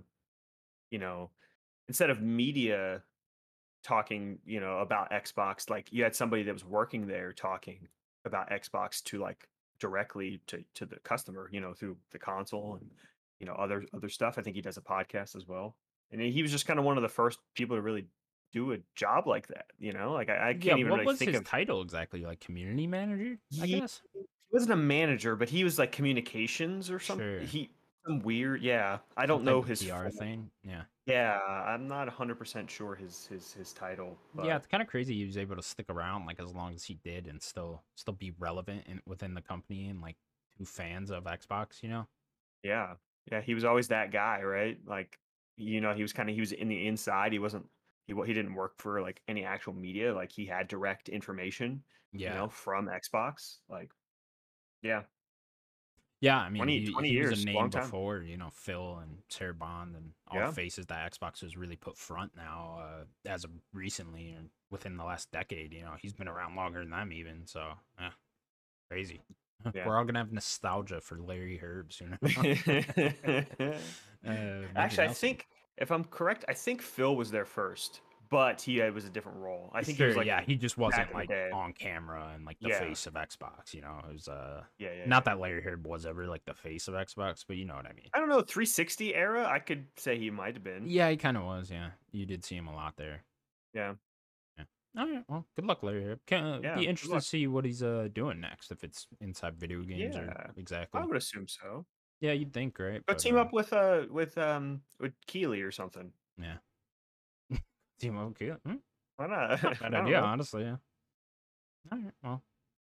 you know, instead of media talking, you know, about Xbox, like you had somebody that was working there talking about Xbox to like directly to to the customer, you know, through the console and you know other other stuff. I think he does a podcast as well, and he was just kind of one of the first people to really do a job like that. You know, like I, I can't even
what
really
was
think
his
of.
title exactly? Like community manager, I
Ye-
guess.
He wasn't a manager, but he was like communications or something.
Sure.
He some weird, yeah. I don't
Some
know
type of
his
PR
full-
thing. Yeah,
Yeah, I'm not 100 percent sure his his his title. But
yeah. It's kind of crazy he was able to stick around like as long as he did and still still be relevant in, within the company and like to fans of Xbox. You know.
Yeah. Yeah. He was always that guy, right? Like, you know, he was kind of, he was in the inside. He wasn't, he, wa- he didn't work for like any actual media. Like, he had direct information,
Yeah.
you know, from Xbox. Like, yeah.
Yeah, I mean,
20
he,
20
he was
years,
a name
long time.
before, you know, Phil and Sarah Bond and all
Yeah.
faces that Xbox has really put front now uh, as of recently and within the last decade. You know, he's been around longer than them even. So, yeah, crazy. <laughs>
Yeah.
We're all gonna have nostalgia for Larry Herb <laughs>
<laughs>
soon.
Actually, I think, if I'm correct, I think Phil was there first, but he uh, was a different role. I think he was like,
yeah, he just
in
wasn't
the
like
day.
on camera and like the
Yeah.
face of Xbox. You know, it was uh,
yeah, yeah.
not that Larry Herb was ever like the face of Xbox, but you know what I mean.
I don't know, 360 era, I could say he might have been.
Yeah, he kind of was. Yeah, you did see him a lot there.
Yeah.
Yeah. All right. Well, good luck, Larry. Can, uh,
Yeah,
be
good
interested to
luck.
see what he's uh doing next if it's inside video games
Yeah,
or exactly.
I would assume so.
Yeah, you'd think, right?
Go
But,
team
uh,
up with uh with um with Keeley or something.
Team up. Okay. Hmm?
Why
Not
not?
a
<laughs> I
Bad
don't
idea,
know.
honestly. Yeah. All right. Well,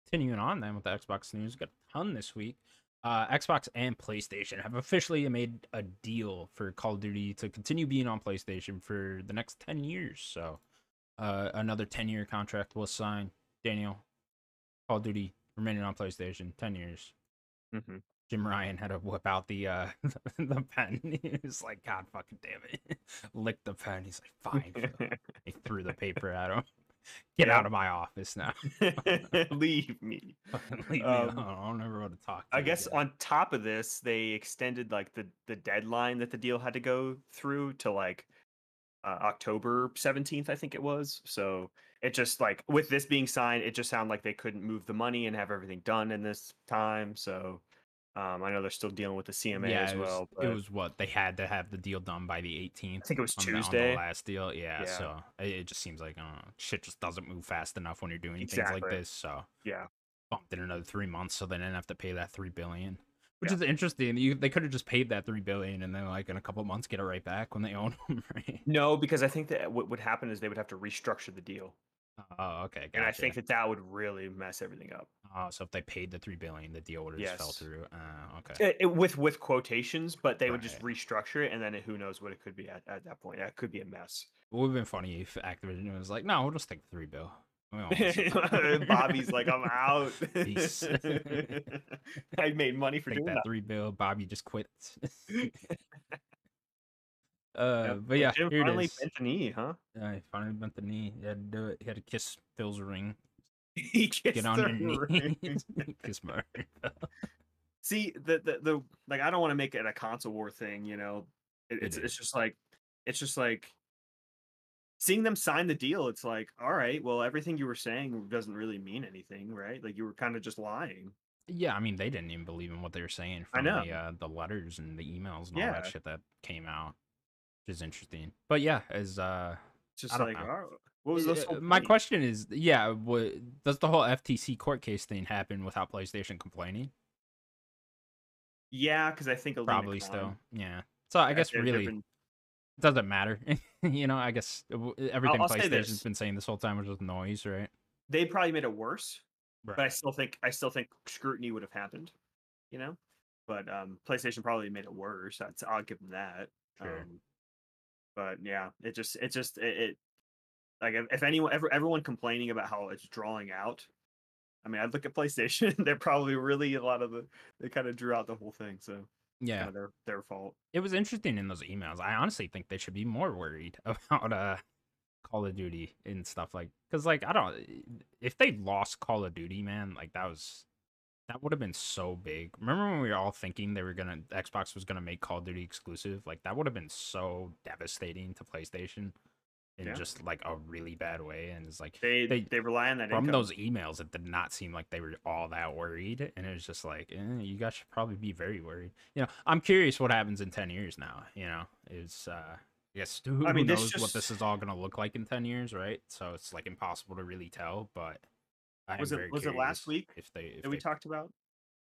continuing on then with the Xbox news, got a ton this week. Uh, Xbox and PlayStation have officially made a deal for Call of Duty to continue being on PlayStation for the next ten years. So, uh, another ten-year contract was signed. Daniel, Call of Duty remaining on PlayStation ten years.
Mhm.
Jim Ryan had to whip out the uh <laughs> the pen. <laughs> He was like, God fucking damn it. <laughs> Licked the pen. He's like,
<laughs>
fine. Phil."
Mm-hmm.
He threw the paper at him. Get
Yeah.
out of my office now. <laughs>
<laughs> Leave me.
Leave me alone.
Um,
I don't ever want to talk. To
I
you
guess
again."
on top of this, they extended like the the deadline that the deal had to go through to like uh, October seventeenth, I think it was. So it just like with this being signed, it just sounded like they couldn't move the money and have everything done in this time. So um, I know they're still dealing with the CMA
yeah,
as
it was,
well.
it
but-
was what they had to have the deal done by the 18th.
I think it was
on the- on the
Tuesday.
last deal. Yeah,
Yeah.
so it, it just seems like uh, shit just doesn't move fast enough when you're doing things like
Exactly.
this. So
Yeah.
bumped it another three months, so they didn't have to pay that three billion. Which
Yeah.
is interesting. You, they could have just paid that three billion and then like in a couple months get it right back when they <laughs> own them, right?
No, because I think that what would happen is they would have to restructure the deal,
Oh, okay. Gotcha.
and I think that that would really mess everything up.
oh, so if they paid the three billion, the deal would have just fell
Yes.
through. Uh, okay.
Eh, It, it- with with quotations, but they would just
Right.
restructure it, and then who knows what it could be at, at that point? That could be a mess. <laughs>
It would have been funny if Activision was like, "No, we'll just take the three bill." We won't mess it
<laughs>
up."
Bobby's like, I'm out.
<laughs> Peace.
<laughs> I made money for
take
doing
that
that.
three bill. Bobby just <laughs> quits.
Yep.
uh, but
And
yeah,
Jim
here it
finally
is.
bent the
<laughs>
knee, huh?
I finally bent the knee. He had to do it. He had to kiss Phil's ring. <laughs>
He
Get
gets
on
the
your
ring.
knees. kiss my.
<laughs> see the the, the like i don't want to make it a console war thing you know It-
It
it's it's
is.
just like it's just like seeing them sign the deal, it's like, all right, well, everything you were saying doesn't really mean anything, right? Like you were kind of just lying.
Yeah, I mean, they didn't even believe in what they were saying from
know.
the uh, the letters and the emails and all that
Yeah.
shit that came out, which is interesting. But yeah, as uh,
It's just
I don't
like,
know.
"Oh, what was this?
uh, my question is, yeah, wha- does the whole FTC court case thing happen without PlayStation complaining?
Yeah, because I think Alina
Probably
Khan-
still, yeah. So I
yeah,
guess
they've- they've
really
been-
it doesn't matter. <laughs> you know, I guess uh, w- everything
I'll say
PlayStation's
this.
been saying this whole time was just noise, right?
they probably made it worse,
Right.
but I still think I still think scrutiny would have happened, you know. But um, PlayStation probably made it worse. That's I'll give them that.
Sure.
Um, but yeah, it just it just it, it like if- if anyone ever everyone complaining about how it's drawing out. I mean, I look at PlayStation; <laughs> they're probably really a lot of the they kind of drew out the whole thing, so
yeah.
kind of their their fault.
it was interesting in those emails. I honestly think they should be more worried <laughs> about uh Call of Duty and stuff like because like I don't eh, if they lost Call of Duty, man, like that was that would have been so big. Remember when we were all thinking they were gonna Xbox was gonna make Call of Duty exclusive? Like that would have been so devastating to PlayStation in
Yeah.
just like a really bad way. And it's like
They
They-
they, rely on that
from
income.
those emails, it did not seem like they were all that worried, and it was just like, eh, you guys should probably be very worried. You know, I'm curious what happens in ten years now. You know, is uh, I guess <laughs> who,
mean,
who
this
knows what
just-
this is all gonna look like in ten years, right? So it's like impossible to really tell. But I am
Was it-
very
was it last
curious
week
if they if
that we
they-
talked about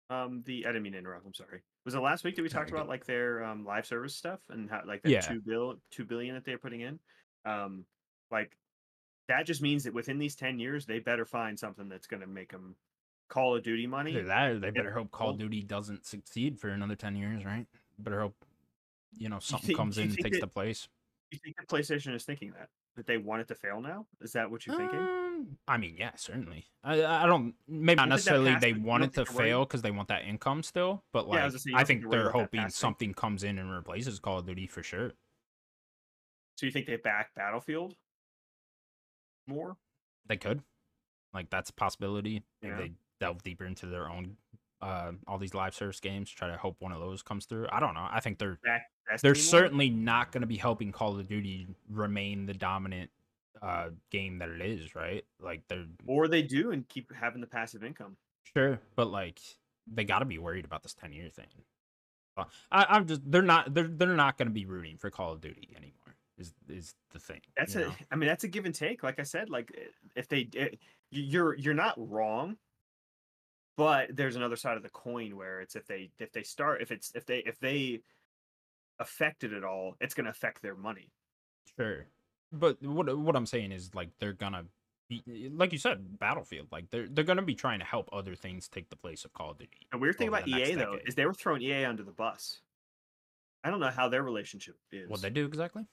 um the i didn't mean to interrupt i'm sorry was it last week that we
No,
talked
you're good.
about like their um live service stuff and how like that
Yeah.
two bill two billion that they're putting in um like that just means that within these 10 years they better find something that's going to make them call of duty money
either that or they better
it-
hope Call of
well-
Duty doesn't succeed for another ten years, right? Better hope you know something
think-
comes
do you
in and
think
takes
that-
the place.
you think that playstation is thinking that that they want it to fail now is that what you're thinking
Um, I mean, yeah, certainly. I, I I don't maybe not
think that
necessarily
passed
they
them? You
want
don't
it to
think they're worried?
fail because they want that income still, but
Yeah, I
like
was gonna say, you
I
don't think
think
they're worried
they're
about that
hoping
passing?
something comes in and replaces Call of Duty for sure.
so you think they back battlefield more
They could, like that's a possibility. Maybe
Yeah.
they delve deeper into their own, uh, all these live service games. Try to hope one of those comes through. I don't know. I think they're
Destiny
they're
more?
certainly not going to be helping Call of Duty remain the dominant uh game that it is, right? Like they're
or they do and keep having the passive income
Sure, but like they got to be worried about this ten year thing. Uh, I, I'm just they're not they're they're not going to be rooting for Call of Duty anymore. Is is the thing?
that's
you
a. I
know?
mean that's a give and take like i said like eh, if they eh, y- you're you're not wrong but there's another side of the coin where it's if they if they start if it's if they if they affected it all it's going to affect their money
sure. But what what I'm saying is like they're gonna be like you said Battlefield like they're they're gonna be trying to help other things take the place of Call of Duty.
the weird thing
Over
about
the next
ea though
decade.
is they were throwing ea under the bus i don't know how their relationship is
What they do exactly?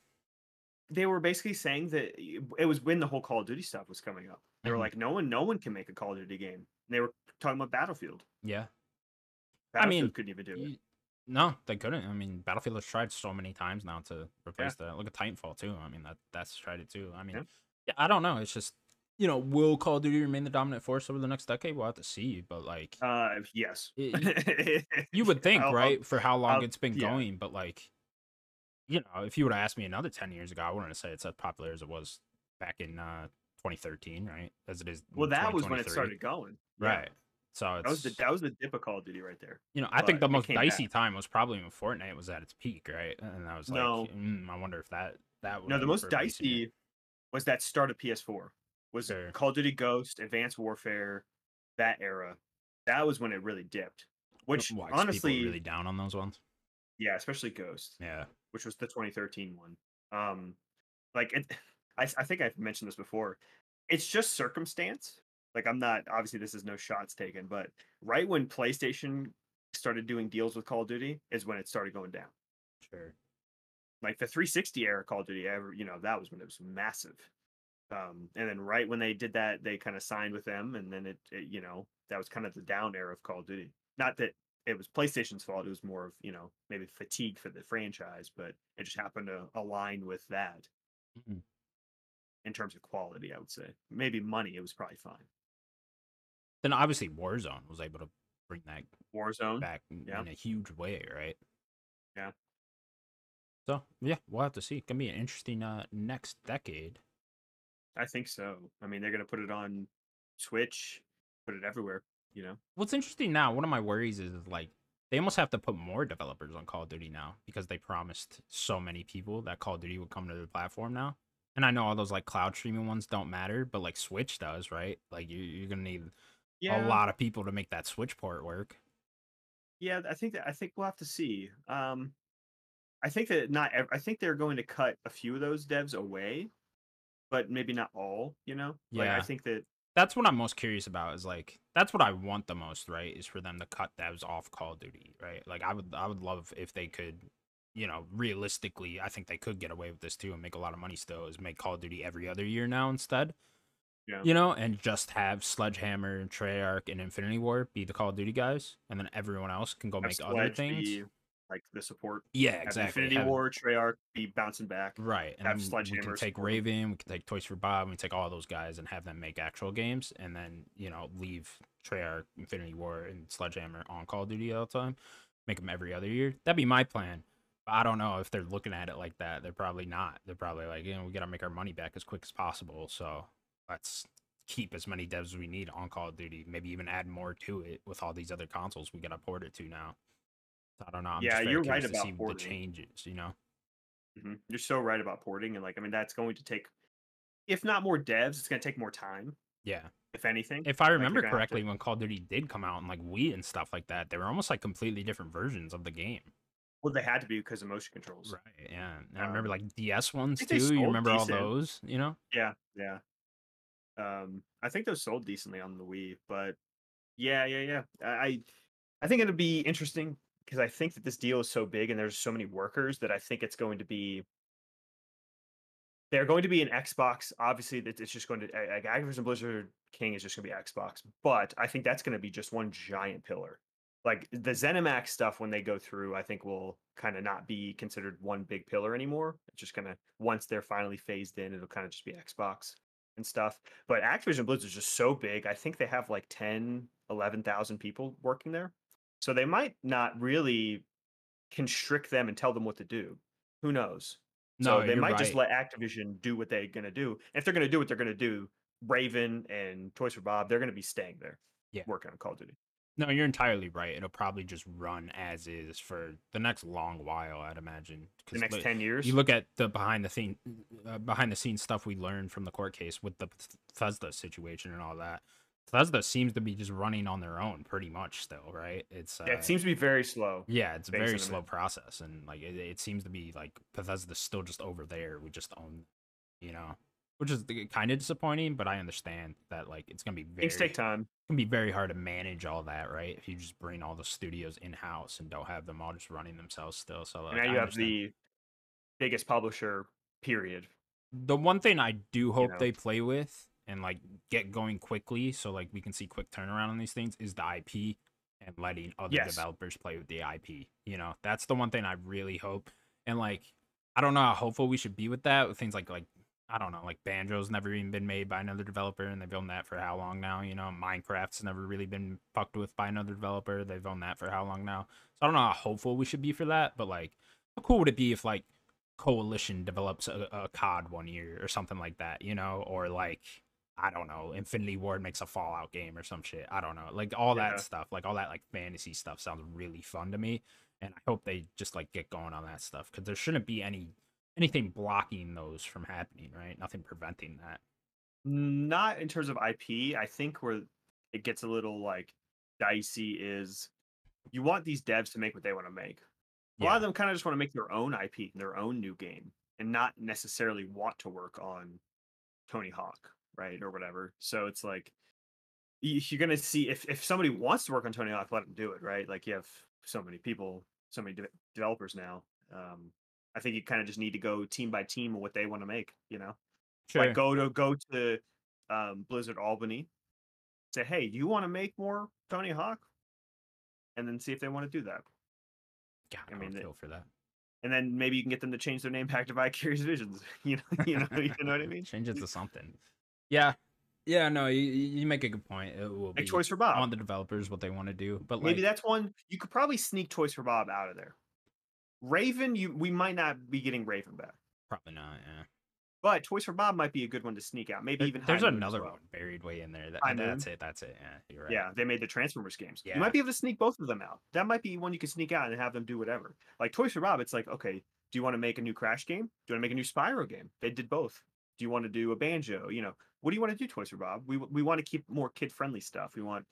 they were basically saying that y- it was when the whole call of duty stuff was coming up they were
Mhm.
like no one no one can make a call of duty game and they were talking about battlefield
Yeah. I
battlefield
mean,
couldn't even do it
You- No, they couldn't. I mean, Battlefield has tried so many times now to replace that. Look at Titanfall too. I mean, that that's tried it too. I mean, yeah.
Yeah.
I don't know. It's just you know, will Call of Duty remain the dominant force over the next decade? We'll have to see. But like,
uh yes <laughs>
it- <laughs> you would think,
I'll- I'll-
right, for how long
I'll-
it's been
yeah.
going. But like, you know, if you would have asked me another ten years ago, I wouldn't have said it's as popular as it was back in uh 2013, right? As it is. in
Well, that was when it
2023.
started going. Yeah.
right? So it's
That was the that was the dip of Call of Duty right there.
You know, I think
but
the
it
most
came back.
dicey time was probably when Fortnite was at its peak, right? And I was like,
No.
mm, I wonder if that that would
No,
end up
the most
replacing it."
dicey was that start of PS4. Was
Sure.
Call of Duty Ghost, Advanced Warfare, that era. That was when it really dipped. Which
Why, 'cause people were
honestly,
really down on those ones.
yeah, especially Ghost,
Yeah,
which was the 2013 one. Um, like it, <sighs> I, I think I've mentioned this before. It's just circumstance. Like I'm not obviously this is no shots taken, but right when PlayStation started doing deals with Call of Duty is when it started going down.
sure.
like the 360 era Call of Duty ever, you know, that was when it was massive. Um, and then right when they did that, they kind of signed with them, and then it, it, you know, that was kind of the down era of Call of Duty. Not that it was PlayStation's fault; it was more of you know maybe fatigue for the franchise, but it just happened to align with that
Mhm.
in terms of quality. I would say maybe money; it was probably fine.
Then obviously Warzone was able to bring that
Warzone,
back in-
Mm-hmm. Yeah.
in a huge way, right?
Yeah.
So yeah, we'll have to see. It's gonna be an interesting uh, next decade.
I think so. I mean, they're gonna put it on Switch, put it everywhere. You know,
What's interesting now, one of my worries is, is like they almost have to put more developers on Call of Duty now because they promised so many people that Call of Duty would come to the platform now. And I know all those like cloud streaming ones don't matter, but like Switch does, right? Like you, you're gonna need a lot of people to make that Switch port work.
Yeah, I think that I think we'll have to see. Um, I think that not. ev- I think they're going to cut a few of those devs away, but maybe not all. You know, like I
Yeah.
think that
That's what I'm most curious about. Is like that's what I want the most, right? Is for them to cut devs off Call of Duty, right? Like I would, I would love if they could, you know, realistically, I think they could get away with this too and make a lot of money still. Is make Call of Duty every other year now instead.
Yeah.
You know, and just have Sledgehammer and Treyarch and Infinity War be the Call of Duty guys, and then everyone else can go
have
make other
Sledge
things.
be, like the support.
yeah,
have
exactly.
Infinity
have-
War, Treyarch be bouncing back.
Right. And
have
then we
Sledgehammer
can take
support 'em.
Raven, we can take Toys for Bob, we can take all those guys and have them make actual games and then, you know, leave Treyarch, Infinity War, and Sledgehammer on Call of Duty all the time. Make them every other year. That'd be my plan. But I don't know if they're looking at it like that. They're probably not. They're probably like, you know, we got to make our money back as quick as possible. So let's keep as many devs as we need on Call of Duty. Maybe even add more to it with all these other consoles we got to port it to now. I don't know. I'm
Yeah,
just very
you're right
curious to
about
see
porting.
the changes, you know?
Mhm. You're so right about porting, and like I mean, that's going to take, if not more devs, it's going to take more time,
Yeah.
if anything.
if I
you're
remember
gonna have to-
correctly, when Call of Duty did come out and like Wii and stuff like that, they were almost like completely different versions of the game.
well, they had to be because of motion controls.
Right. Yeah. And I remember
Um,
like DS ones
think they
too. You
sold
remember all
decent.
those? You know?
Yeah, yeah. Um, I think those sold decently on the Wii, but yeah, yeah, yeah. I, I- I think it'll be interesting because I think that this deal is so big and there's so many workers that I think it's going to be. They're going to be an Xbox. Obviously, that it's just going to a- like Activision Blizzard King is just going to be Xbox, but I think that's going to be just one giant pillar. Like the ZeniMax stuff when they go through, I think will kind of not be considered one big pillar anymore. It's just gonna once they're finally phased in, it'll kind of just be Xbox and stuff. But Activision Blizzard is just so big. I think they have like 10, 11,000 people working there. So they might not really constrict them and tell them what to do. Who knows?
No,
so they
you're
might just
right.
let Activision do what they're gonna do. If they're gonna do what they're gonna do, Raven and Toys for Bob, they're gonna be staying there.
Yeah.
Working on Call of Duty.
No, you're entirely right. It'll probably just run as is for the next long while, I'd imagine.
The
'Cause
next
li-
ten years.
You look at the behind the scene, uh, behind the scenes stuff we learned from the court case with the Bethesda situation and all that. Bethesda seems to be just running on their own, pretty much still, right? It's uh,
yeah, it seems to be very slow.
Yeah, it's a
based
very
on the
slow
map.
process, and like it, it seems to be like Bethesda's still just over there. We just own, you know, which is kind of disappointing. But I understand that like it's gonna be very
Things take time.
It's gonna be very hard to manage all that, right? If you just bring all the studios in house and don't have them all just running themselves still. So like,
and now
I
you have
understand.
the biggest publisher period
the one thing I do hope
know?
they play with and like get going quickly, so like we can see quick turnaround on these things, is the IP and letting other
Yes.
developers play with the IP. You know, that's the one thing I really hope. And like, I don't know how hopeful we should be with that. With things like like I don't know, like Banjo's never even been made by another developer, and they've owned that for how long now? You know, Minecraft's never really been fucked with by another developer. They've owned that for how long now? So I don't know how hopeful we should be for that, but like, how cool would it be if like Coalition develops a, a COD one year or something like that, you know, or like I don't know, Infinity Ward makes a Fallout game or some shit. I don't know, like all
Yeah.
that stuff, like all that like fantasy stuff sounds really fun to me, and I hope they just like get going on that stuff because there shouldn't be any anything blocking those from happening, right? Nothing preventing that.
not in terms of ip i think where it gets a little like dicey is you want these devs to make what they want to make a lot of them kind of just want to make their own ip and their own new game and not necessarily want to work on tony hawk right or whatever so it's like y- you're gonna see if, if somebody wants to work on tony hawk let them do it right like you have so many people so many de- developers now um i think you kind of just need to go team by team on what they want to make you know
sure.
like go to go to um, Blizzard Albany, say, hey, do you want to make more Tony Hawk? And then see if they want to do that.
God,
I
I,
mean,
would
the-
kill for that.
And then maybe you can get them to change their name back to Vicarious Visions. <laughs> You know,
<laughs>
you know, you know what I mean?
Change it to something. Yeah, yeah. No, you, you you make a good point. It will
Like
be
Toys for Bob.
on the developers what they want to do, but like,
maybe that's one you could probably sneak Toys for Bob out of there. Raven, you we might not be getting Raven back.
probably not. Yeah.
But Toys for Bob might be a good one to sneak out. Maybe
There-
even
there's
High Moon as
another
well.
one buried way in there. That,
High
that's it. That's it. Yeah, you're right.
Yeah, they made the Transformers games. You
Yeah.
might be able to sneak both of them out. That might be one you could sneak out and have them do whatever. Like Toys for Bob, it's like, okay, do you want to make a new Crash game? Do you want to make a new Spyro game? They did both. Do you want to do a Banjo? You know, what do you want to do, Toys for Bob? We we want to keep more kid friendly stuff. We want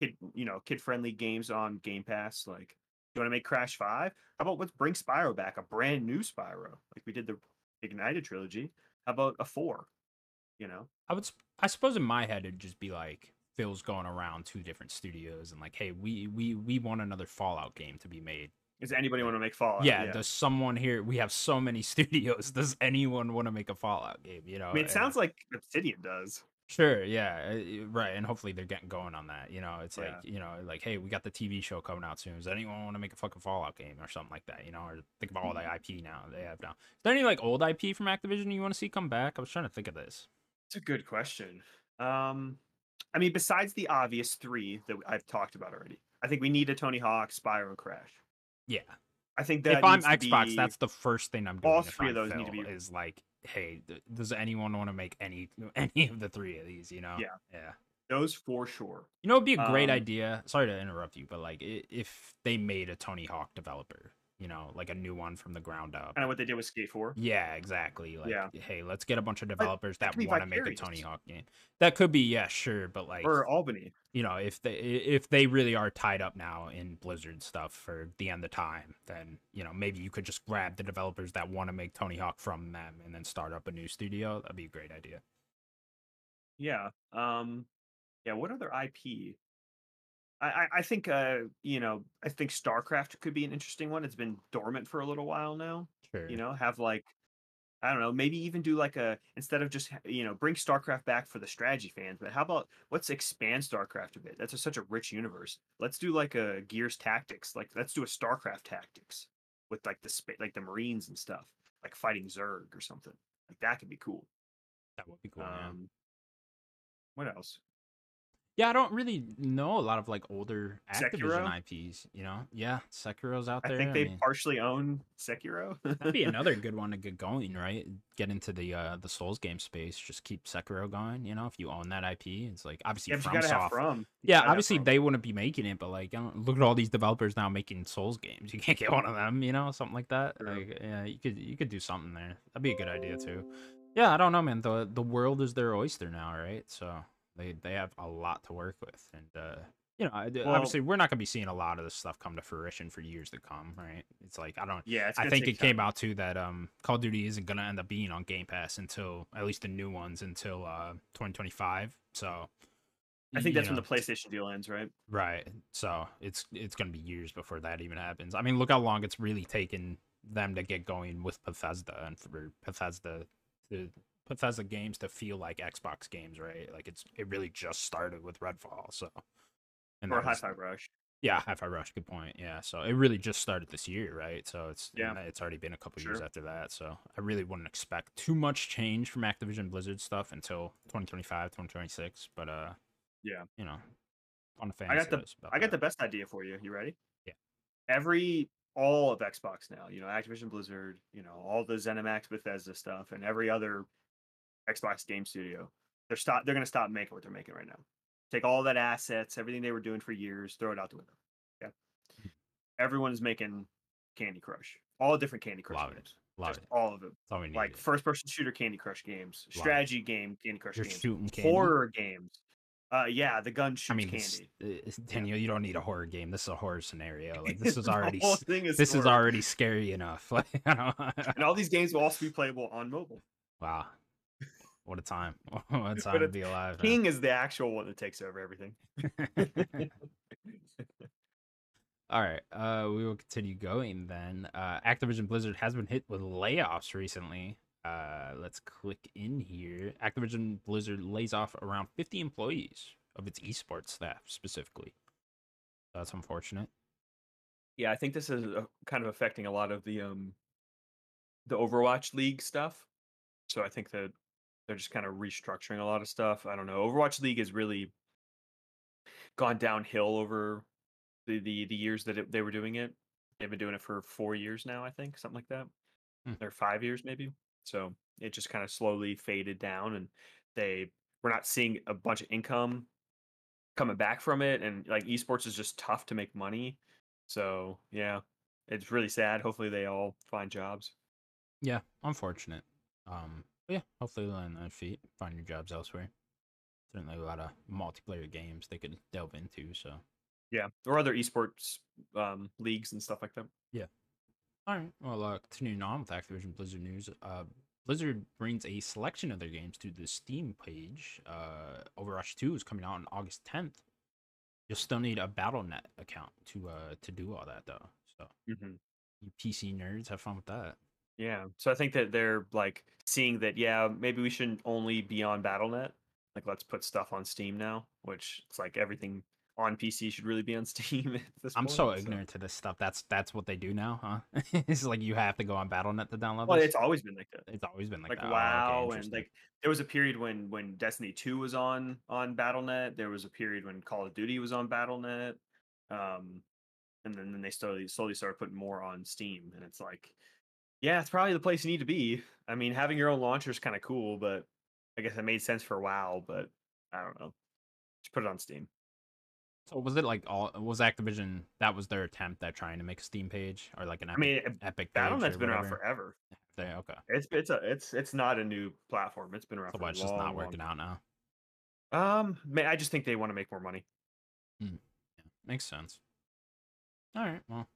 kid you know kid friendly games on Game Pass. Like, do you want to make Crash Five? How about let's bring Spyro back, a brand new Spyro, like we did the Ignited trilogy. How about a four? You know,
I would, sup- I suppose, in my head, it'd just be like Phil's going around two different studios and like, hey, we we we want another Fallout game to be made.
does anybody want to make Fallout?
yeah, does someone here? We have so many <laughs> studios. Does anyone want to make a Fallout game? You know,
I mean, it
and-
sounds like Obsidian does.
Sure, yeah, uh, y- right, and hopefully they're getting going on that. You know, it's
Yeah.
like you know, like hey, we got the TV show coming out soon. Does anyone want to make a fucking Fallout game or something like that? You know, or think about
Mm-hmm.
all the IP now they have now. Is there any like old IP from Activision you want to see come back? I was trying to think of this.
It's a good question. Um, I mean, besides the obvious three that I've talked about already, I think we need a Tony Hawk, Spyro, and Crash.
Yeah,
I think that
if I'm
needs to
Xbox,
be-
that's the first thing I'm doing.
all
if
three of
I'm
those need to
Phil,
be-
is like, hey, th- does anyone want to make any <laughs> any of the three of these? You know?
Yeah.
yeah.
those for sure.
You know, it'd be a great
Um,
idea. Sorry to interrupt you, but like, i- if they made a Tony Hawk developer, you know, like a new one from the ground up.
Kind of what they did with Skate Four.
Yeah, exactly. Like,
Yeah.
hey, let's get a bunch of developers
that
that
could be
want to make a
vicarious.
Tony Hawk game. That could be, yeah, sure, but like,
Or Albany.
you know, if they if they really are tied up now in Blizzard stuff for the end of time, then you know maybe you could just grab the developers that want to make Tony Hawk from them and then start up a new studio. That'd be a great idea.
Yeah. Um, yeah. What other IP? I, I, I think uh, you know, I think StarCraft could be an interesting one. It's been dormant for a little while now.
Sure.
you know have like i don't know maybe even do like a instead of just ha- you know bring starcraft back for the strategy fans but how about let's expand starcraft a bit that's a, such a rich universe let's do like a gears tactics like let's do a starcraft tactics with like the spa- like the marines and stuff like fighting zerg or something like that could be cool
that would be cool. yeah.
um what else
yeah, I don't really know a lot of like older Activision
Sekiro?
IPs. You know, yeah, Sekiro's out
i
there.
think they
mean,
partially own sekiro
that'd
<laughs>
be another good one to get going, right? Get into the uh the Souls game space. Just keep Sekiro going. You know, if you own that IP, it's like obviously
yeah, but you
from
gotta have
soft.
from You
Yeah,
gotta have
obviously
From.
they wouldn't be making it, but like, I don't, look at all these developers now making Souls games. <laughs> You can't get one of them, you know, something like that.
True.
Like, yeah, you could you could do something there. That'd be a good idea too. Yeah, I don't know, man. the The world is their oyster now, right? So they they have a lot to work with, and uh, you know, I-
Well-
obviously we're not gonna be seeing a lot of this stuff come to fruition for years to come, right? It's like I don't.
yeah it's
I
gonna
think
take
it came
time.
out too that um Call of Duty isn't gonna end up being on Game Pass until at least the new ones until uh 2025. So
i
y-
think
you
that's when
know.
the playstation deal ends right
Right. So it's it's gonna be years before that even happens. I mean, look how long it's really taken them to get going with Bethesda and for Bethesda to Bethesda games to feel like Xbox games, right? Like it's it really just started with Redfall, so and
or
that
high
was-
five rush
yeah, High Five Rush, good point. Yeah, so it really just started this year, right? So it's
Yeah.
and it's already been a couple years
Sure.
after that. So I really wouldn't expect too much change from Activision Blizzard stuff until 2025, 2026. But uh,
Yeah.
you know, on the
I
fantasy
got the-
list about
I got the
that.
best idea for you. You ready?
Yeah.
Every all of Xbox now, you know, Activision Blizzard, you know, all the ZeniMax Bethesda stuff and every other Xbox game studio, they're stop they're gonna stop making what they're making right now. Take all that assets, everything they were doing for years, throw it out the window. Yeah.
Hmm.
Everyone's making Candy Crush. All different Candy Crush
Love it.
games.
Love
Just
it.
all of it.
That's all we need.
Like first person shooter Candy Crush games,
it.
strategy game Candy Crush
you're
games,
shooting candy.
horror games. Uh yeah, the gun shoots
I mean,
candy.
this- uh, it's- Daniel, you don't need a horror game. This is a horror scenario. Like
<laughs>
this is already
the whole
s-
thing is
this is
horror.
already scary enough. <laughs> Like, I don't- <laughs>
and all these games will also be playable on mobile.
wow, what a time! <laughs> What a
What
time to
a-
be alive. man.
King is the actual one that takes over everything.
All right, uh, we will continue going then. Uh, Activision Blizzard has been hit with layoffs recently. Uh, let's click in here. Activision Blizzard lays off around 50 employees of its esports staff specifically. That's unfortunate.
yeah, I think this is uh, kind of affecting a lot of the um the Overwatch League stuff. So I think that they're just kind of restructuring a lot of stuff. I don't know. Overwatch League has really gone downhill over the the, the years that it, they were doing it. They've been doing it for four years now, I think, something like that,
Hmm.
or five years maybe. So it just kind of slowly faded down, and they we're not seeing a bunch of income coming back from it, and like esports is just tough to make money. So yeah, it's really sad. Hopefully they all find jobs.
Yeah, unfortunate. Um, but yeah, hopefully they'll land on their feet, find new jobs elsewhere. Certainly a lot of multiplayer games they could delve into. So
Yeah, or other esports um, leagues and stuff like that.
All right. Well, uh, continuing on with Activision Blizzard news, uh, Blizzard brings a selection of their games to the Steam page. Uh, Overwatch 2 is coming out on August 10th. You'll still need a BattleNet account to uh to do all that though. So
Mm-hmm.
you PC nerds have fun with that.
Yeah. So I think that they're like seeing that, yeah, maybe we shouldn't only be on BattleNet. Like, let's put stuff on Steam now, which it's like everything on PC should really be on <laughs> Steam at this
I'm
point,
so ignorant to this stuff. That's that's what they do now, huh? <laughs> it's like you have to go on BattleNet to download.
Well,
this?
it's always been like that.
it's always been like,
Like
that. Oh, okay,
WoW, and
interesting.
like there was a period when when Destiny Two was on on BattleNet. There was a period when Call of Duty was on BattleNet, um, and then, then they slowly slowly started putting more on Steam. And it's like, yeah, it's probably the place you need to be. I mean, having your own launcher is kind of cool, but I guess it made sense for WoW. But I don't know, just put it on Steam.
so was it like all was Activision that was their attempt at trying to make a Steam page or like an
I
epic,
mean, eh,
epic page
BattleNet's
or
been around
whatever?
forever.
They- okay.
It's it's a it's it's not a new platform. It's been around
So
for
why
a
it's just
long,
not
long
working out now?
Um, ma- I just think they want to make more money.
Makes sense. All right, well,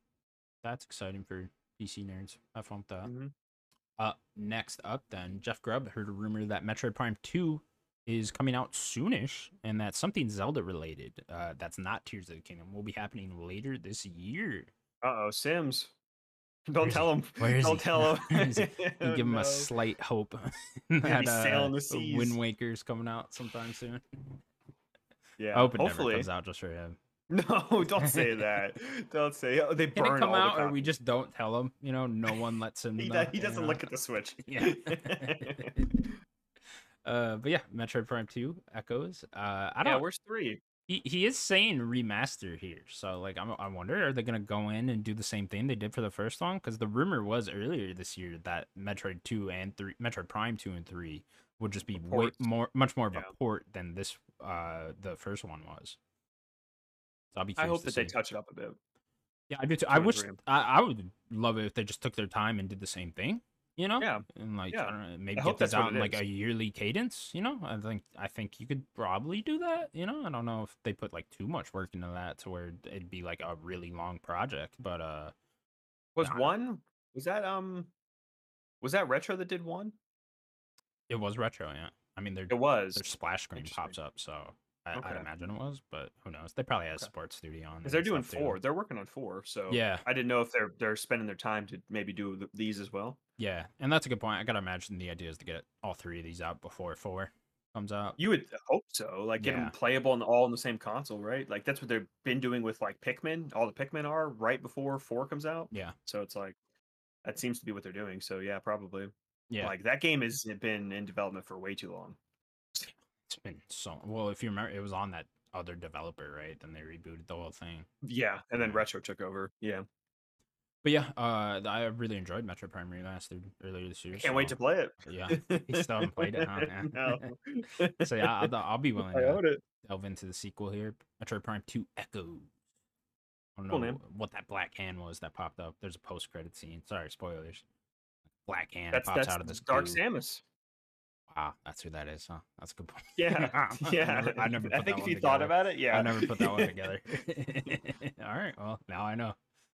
that's exciting for PC nerds. Have fun with that.
Mhm.
Uh, next up, then Jeff Grubb heard a rumor that Metroid Prime Two is coming out soonish, and that something Zelda related uh, that's not Tears of the Kingdom will be happening later this year.
Uh oh, Sims.
Where
<laughs> Don't
is he?
tell him.
Where is
Don't
he?
tell
Where
him. <laughs>
is he? And <laughs> give him
No.
a slight hope <laughs>
gonna
that
be
uh,
sailing the seas.
Wind Waker's coming out sometime soon.
Yeah.
I hope it
hopefully.
never comes out just for him.
<laughs>
<laughs>
No, don't say that. don't say. Oh, they
Can
burn
it come
all
out,
the
or we
<laughs> copies.
just don't tell him? You know, no one lets him.
<laughs> He,
know,
do- he
you
doesn't
know?
look at the Switch.
<laughs>
<laughs>
Yeah. Uh, but yeah, Metroid Prime Two Echoes. Uh, I
yeah,
don't.
where's three?
he, he is saying remaster here, so like I'm, I wonder are they gonna go in and do the same thing they did for the first one? Because the rumor was earlier this year that Metroid Two and Three, Metroid Prime Two and Three would just be way,
Ports.
more much more of
Yeah.
a port than this uh the first one was. So I'll be.
I
Curious
hope
to
that they
see.
touch it up a bit.
Yeah, I do too. I
Two and
wish
three.
I, I would love it if they just took their time and did the same thing. You know,
Yeah.
and like
Yeah.
I don't know, maybe
I
get
hope
this
that's what
out in
it
like
is.
a yearly cadence. You know, I think I think you could probably do that. You know, I don't know if they put like too much work into that to where it'd be like a really long project, but uh,
Was
Nah.
one? Was that um? Was that retro that did one?
it was retro. Yeah, I mean their
It was.
their splash screen
Interesting.
pops up, so I, I'd
Okay.
imagine it was, but who knows? They probably had a
Okay.
sports studio on.
Because
there
they're
and
doing
stuff, too.
four. They're working on four. So
Yeah,
I didn't know if they're they're spending their time to maybe do th- these as well.
yeah, and that's a good point. I gotta imagine the idea is to get all three of these out before four comes out.
You would hope so. Like get
Yeah.
them playable and all on the same console, right? Like that's what they've been doing with like Pikmin. All the Pikmin are right before four comes out.
Yeah.
So it's like that seems to be what they're doing. So yeah, probably.
Yeah.
Like that game has been in development for way too long.
it's been so well if you remember it was on that other developer right then they rebooted the whole thing
Yeah. And then
Yeah.
Retro took over. Yeah.
but yeah uh th- i really enjoyed metro prime remastered earlier this year
Can't wait
so-
to play it. <laughs>
yeah You still haven't played it, huh? Yeah.
no.
<laughs> so yeah I'll, I'll be willing
<laughs> I
to
own it.
delve into the sequel here metro prime 2 echoes i don't know
Cool name.
what that black hand was that popped up there's a post-credit scene sorry spoilers black hand
That's
pops
that's
out of this
Dark
goo. <laughs>
Samus.
wow that's who that is huh that's a good point
Yeah.
<laughs> I
yeah.
never- i never, put
<laughs> I think
that
if
one
you thought
together.
about it, yeah.
I never put that one
<laughs>
together. <laughs> All right. Well, now I know.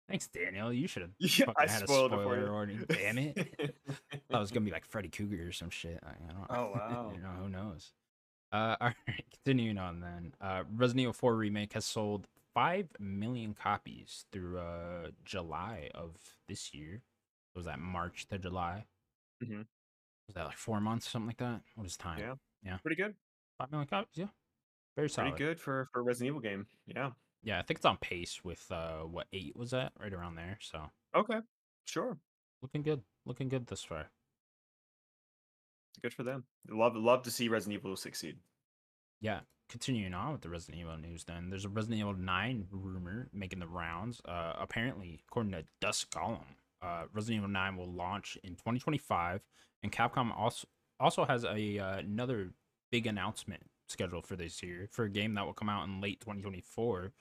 Thanks, Daniel. You should have
yeah,
fucking
I
had a
spoiled it
spoiler
for you. <laughs>
warning. Damn it. Thought it was gonna be like Freddy Cougar or some shit. I, I don't.
Oh, wow.
<laughs> you know who knows? Uh, <laughs> all right. Continuing on then. Uh, Resident Evil 4 remake has sold five million copies through uh July of this year. Was that March to July?
Mhm.
Was that like four months, something like that? What is time?
Yeah. Pretty good.
Five million copies. Yeah. Very solid.
Pretty good for for a Resident Evil game. Yeah.
Yeah, I think it's on pace with uh what eight was that? Right around there. So
Okay. Sure.
looking good. Looking good this far.
Good for them. Love love to see Resident Evil succeed.
Yeah. Continuing on with the Resident Evil news then. There's a Resident Evil 9 rumor making the rounds. Uh apparently, according to Dust Golem, uh, Resident Evil 9 will launch in 2025, and Capcom also also has a uh, another big announcement scheduled for this year for a game that will come out in late 2024.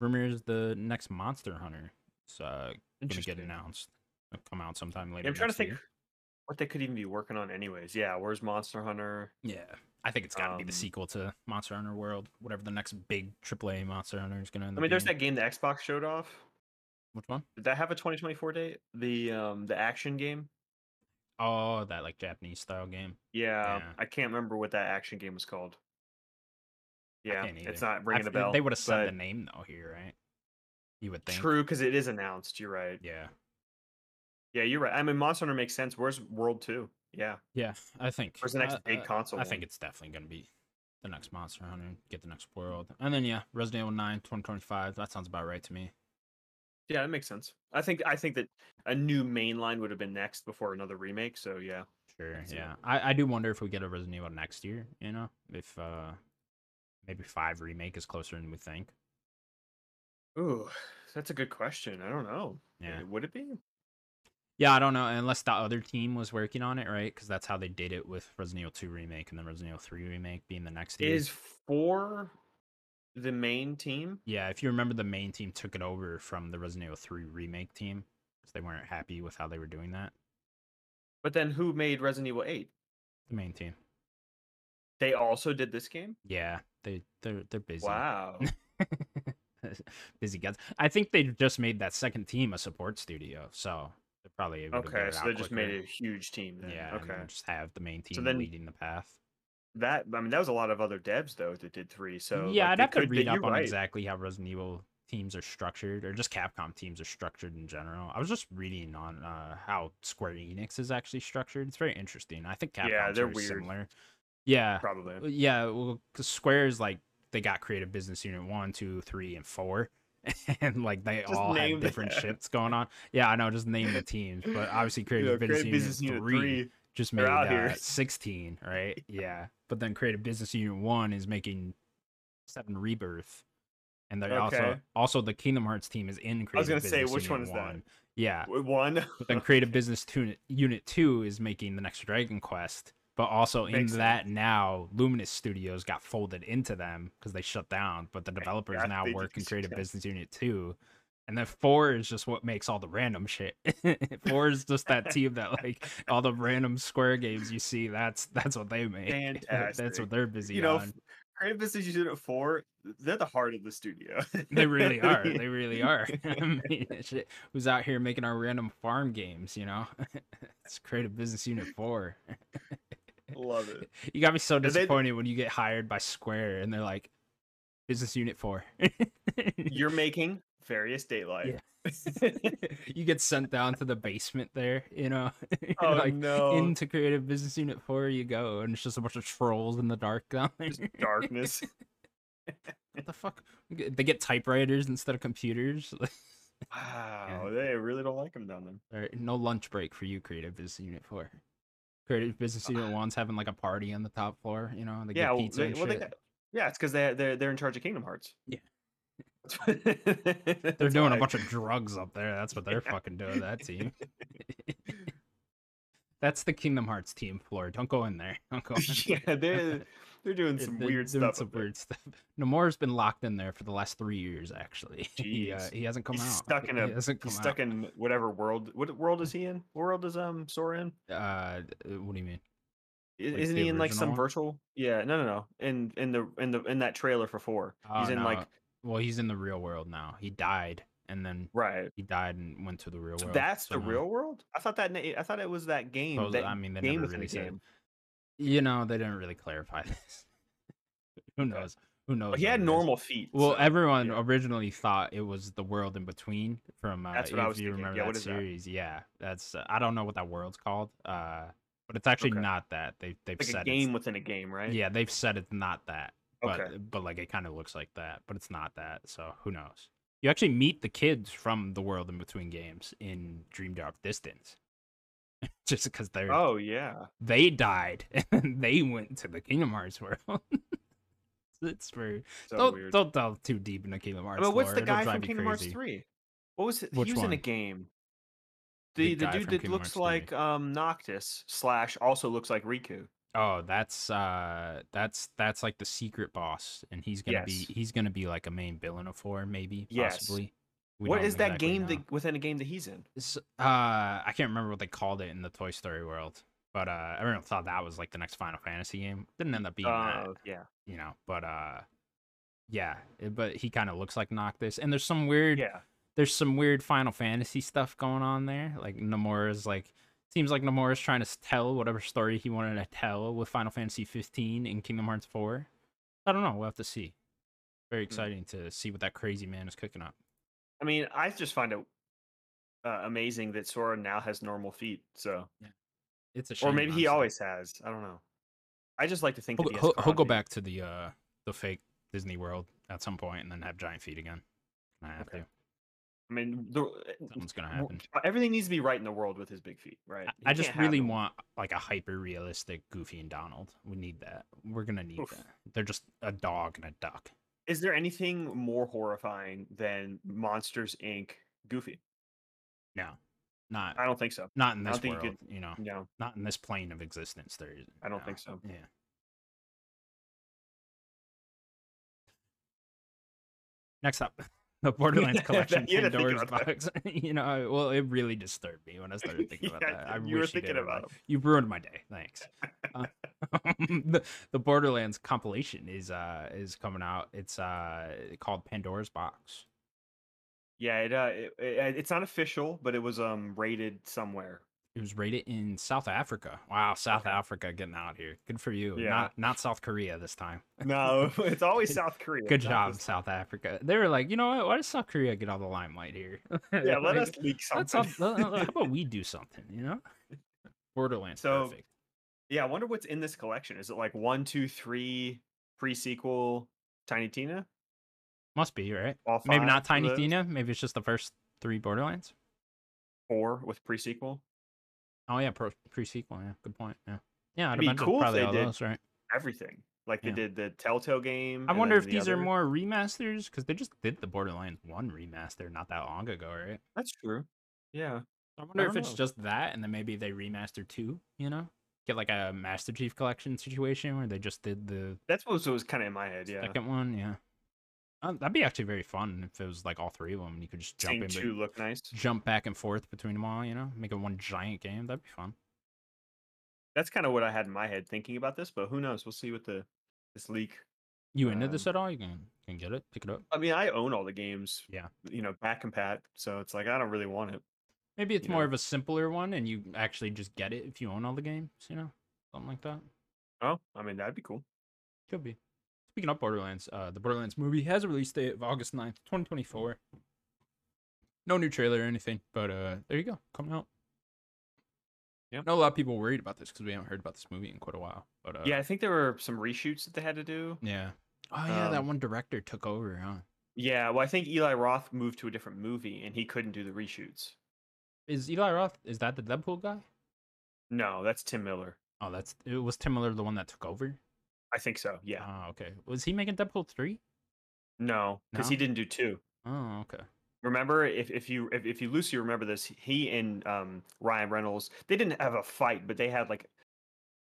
Rumors the next Monster Hunter is uh, going to get
Interesting.
announced. It'll come out sometime later.
Yeah, I'm trying to
next
think
year.
what they could even be working on, anyways. Yeah, where's Monster Hunter?
Yeah, I think it's got to be the
Um,
sequel to Monster Hunter World, whatever the next big AAA Monster Hunter is going to end
I
up.
mean, there's
being.
that game the Xbox showed off.
which one?
Did that have a 2024 date? The um the action game.
Oh, that like Japanese style game.
Yeah,
Yeah.
I can't remember what that action game was called. Yeah,
can't
it's
either.
not
I
ringing a
f-
bell.
They would have said the
but
name though here, right? You would think.
True, because it is announced. You're right.
Yeah.
Yeah, you're right. I mean, Monster Hunter makes sense. Where's World Two? Yeah,
Yeah, I think.
where's the next
I-
big
I-
console?
I think
one?
it's definitely going to be the next Monster Hunter, get the next world. And then, yeah, Resident Evil 9, 2025. That sounds about right to me.
yeah, that makes sense. I think I think that a new mainline would have been next before another remake. So yeah,
Sure.
see.
Yeah. I, I do wonder if we get a Resident Evil next year, you know? If uh maybe 5 remake is closer than we think.
ooh, that's a good question. I don't know.
Yeah.
Uh, Would it be?
Yeah, I don't know. Unless the other team was working on it, right? Because that's how they did it with Resident Evil 2 remake and then Resident Evil 3 remake being the next year.
Is four the main team?
Yeah, if you remember, the main team took it over from the Resident Evil 3 remake team because they weren't happy with how they were doing that.
But then who made Resident Evil Eight?
The main team.
They also did this game.
Yeah, they they're they're busy.
Wow.
<laughs> busy guys. I think they just made that second team a support studio, so they're probably able to get
okay,
it
so
out
they just made
quicker.
it a huge team. Then.
Yeah, and
Okay.
then just have the main team
then-
leading the path.
that I mean that was a lot of other devs though that did three. So
yeah,
like,
I'd
they
have to
could- they-
read up
you're
on
right.
exactly how Resident Evil teams are structured, or just Capcom teams are structured in general. I was just reading on uh, how Square Enix is actually structured. It's very interesting. I think Capcom's
Yeah, they're
very
weird.
similar. Yeah,
Probably.
Well, Yeah, well, 'cause Square is like they got creative business unit one, two, three, and four, <laughs> and like they
Just
all had
name the-
different shits going on. Yeah, I know, just name the teams, but
<laughs>
obviously creative business,
Creative
unit,
Business Unit
three, just made
they're out
uh,
here.
sixteen,
<laughs>
right? Yeah, but then creative business unit one is making seven rebirth, and they are also
Okay.
also the Kingdom Hearts team is in creative.
gonna say,
Business
which
Unit
one is that?
Yeah,
w-
<laughs>
One.
but then Creative Business Tuni- Unit 2 is making the next Dragon Quest. But also in
Makes
that now, Luminous Studios got folded into them because they shut down. But the developers
Yeah,
now
they
work in
did shut
Creative
down.
Business Unit 2. And then 4 is just what makes all the random shit. <laughs> 4 is just
<laughs>
that team that like all the random Square games you see, that's that's what they make. <laughs> that's
Fantastic.
what they're busy
you know,
on.
Creative Business Unit four. They're the heart of the studio.
They
<laughs>
really are. They really are. <laughs> I mean, shit, who's out here making our random farm games, you know? <laughs> it's Creative Business Unit 4. <laughs>
love it.
You got me so
they-
disappointed when you get hired by Square and they're like, Business Unit 4.
You're making various daylight.
<laughs> you get sent down to the basement there, you know? <laughs> You're
Oh
like,
no.
Into Creative Business Unit 4 you go, and it's just a bunch of trolls in the dark <laughs> down there.
Just
<laughs>
darkness.
what the fuck? They get typewriters instead of computers. <laughs>
Wow, they really don't like them down there.
All right, no lunch break for you, Creative Business Unit Four. Creative Business Unit One's having like a party on the top floor, you know, and they
Uh, yeah,
get
well,
pizza
they,
and
well, they
shit.
got- yeah, it's because they they're they're in charge of Kingdom Hearts.
Yeah.
<laughs> they're
They're doing a bunch of drugs up there. That's what they're
Yeah.
fucking doing. That
<laughs>
team. That's the Kingdom Hearts team floor. Don't go in there. <laughs> Don't go. In
<laughs> yeah,
there.
they're they're doing
They're-
some
they're
weird
doing
stuff.
Some
up there.
weird stuff. Namor's been locked in there for the last three years. Actually, <laughs> he, uh,
Jeez.
he hasn't come
He's
out.
stuck in a-
He hasn't come
He's
out.
stuck in whatever world. What world is he in? What world is um Sora in?
Uh, what do you mean?
I-
Like
Isn't
the
he in like
original
some
one?
virtual? Yeah, no, no, no. In in the in the in that trailer for four, he's
Oh,
in
no.
like
Well, he's in the real world now. He died, and then
right.
he died and went to the real
So
world.
that's
so
the
now-
real world. I thought that na- I thought it was that game.
Suppose-
that
I mean, they
game
never
within
really
the
said.
game.
You know, they didn't really clarify <laughs> this. Who
Okay.
knows? Who knows?
But he
what
had
it is.
normal feet.
Well,
so-
everyone
yeah.
originally thought it was the world in between from. Uh,
That's what
if
I was
you
thinking.
remember
Yeah,
that
what is that?
series, yeah, that's. Uh, I don't know what that world's called, uh, but it's actually
Okay.
not that. They they've
like
said
a game within a game, right?
It's, yeah, they've said it's not that, but
Okay.
but like it kind of looks like that, but it's not that. So who knows? You actually meet the kids from the world in between games in Dream Drop Distance, <laughs> just because they're
Oh yeah.
they died <laughs> and then they went to the Kingdom Hearts world. <laughs> it's very
So
don't
weird.
don't delve too deep into Kingdom Hearts.
but what's
lore,
the
it'll
guy
drive
from
you
Kingdom Hearts
crazy.
three? What was it?
Which
he was in a
one?
game. The
Good
the
guy
dude
from
that
Kingdom
looks
Hearts three.
like um Noctis slash also looks like Riku.
Oh, that's uh that's that's like the secret boss and he's gonna
Yes.
be he's gonna be like a main villain of four, maybe,
Yes.
possibly. We
what
don't
is that
exactly
game
know.
that within a game that he's in?
It's, uh I can't remember what they called it in the Toy Story world. But uh everyone thought that was like the next Final Fantasy game. Didn't end up being that,
Uh, yeah.
you know, but uh yeah, it- but he kind of looks like Noctis. And there's some weird
Yeah.
there's some weird Final Fantasy stuff going on there. Like Nomura's like seems like Nomura's trying to s- tell whatever story he wanted to tell with Final Fantasy 15 and Kingdom Hearts 4. I don't know. We'll have to see.
Hmm.
Very exciting to see what that crazy man is cooking up.
I mean, I just find it uh, amazing that Sora now has normal feet. So,
It's a shame.
or maybe
honestly.
he always has. I don't know. I just like to think
he'll,
that he has
he'll- he'll go
Konami.
back to the uh the fake Disney World at some point and then have giant feet again. I have
Okay.
to.
I mean, the, uh,
Something's gonna
w-
happen.
everything needs to be right in the world with his big feet, right?
I-
He
I just
can't have
really
them.
want like a hyper realistic Goofy and Donald. We need that. We're gonna need
Oof.
that. They're just a dog and a duck.
Is there anything more horrifying than Monsters Inc. Goofy?
No, not
I don't think so.
not in
I
this
don't think
world.
you
You,
could-
know,
No,
not in this plane of existence. There is.
I don't
no.
think so.
Yeah. Next up, <laughs> the Borderlands
<laughs> Yeah,
collection
you had to think
Pandora's
about
box. <laughs> you know, I- well, it really disturbed me when I started
<laughs>
thinking about
Yeah,
that. I
you were
wish
thinking
didn't,
about
like,
them.
you ruined my day.
<laughs>
Thanks. Uh, <laughs> the, the Borderlands compilation is uh is coming out. It's uh called Pandora's Box.
Yeah, it, uh, it, it- it's not official, but it was um rated somewhere.
It was rated in South Africa. Wow, South Africa getting out here. Good for you.
Yeah.
Not not South Korea this
<laughs>
time.
No, it's always South Korea.
Good
not
job,
this- <laughs>
South Africa. They were like, you know what? Why does South Korea get all the limelight here? <laughs>
Yeah, let
Like,
us leak
let's
something.
all- let- let- how about we do something? You know, Borderlands.
So-
perfect.
<laughs> Yeah, I wonder what's in this collection. Is it like one, two, three pre sequel Tiny Tina?
must be right.
All
Maybe
five
not
of
Tiny
those?
Tina. Maybe it's just the first three Borderlands.
Four with pre sequel.
Oh yeah, pro- pre sequel. Yeah, good point. Yeah, yeah. I'd
It'd be
imagine
cool if
probably
they
all
did
those, right?
Everything. Like
Yeah.
they did the Telltale game.
I
and
wonder
then
if
the
these are
other-
more remasters because they just did the Borderlands One remaster not that long ago, right?
That's true. Yeah.
I wonder if
don't
it's
know.
just that, and then maybe they remaster two. You know, get like a Master Chief Collection situation where they just did the
That's what was, what was kind of in my head. Yeah.
second one. Yeah, Uh, that'd be actually very fun if it was like all three of them. and You could just jump
Seeing
in,
two
bet-
look nice.
jump back and forth between them all. You know, make it one giant game. That'd be fun.
That's kind of what I had in my head thinking about this, but who knows? We'll see what the this leak.
You into this
Um,
at all? You can can get it, pick it up.
I mean, I own all the games.
Yeah.
You know, back and pat. So it's like I don't really want it.
Maybe it's
you
more
know.
of a simpler one, and you actually just get it if you own all the games. You know, something like that.
Oh, I mean, that'd be cool.
Could be. Speaking of Borderlands, uh, the Borderlands movie has a release date of August 9th, 2024. No new trailer or anything, but uh, there you go. Coming out.
Yep.
I know a lot of people worried about this because we haven't heard about this movie in quite a while. But uh,
yeah, I think there were some reshoots that they had to do.
Yeah. Oh, yeah, that
Um,
one director took over, huh?
Yeah, well, I think Eli Roth moved to a different movie and he couldn't do the reshoots.
Is Eli Roth, is that the Deadpool guy?
No, that's Tim Miller.
Oh, that's, it was Tim Miller the one that took over?
I think so. Yeah.
Oh, okay. Was he making Deadpool 3?
No, because he
No?
didn't do two.
Oh, okay.
Remember, if, if you if, if you loosely remember this, he and um, Ryan Reynolds they didn't have a fight, but they had like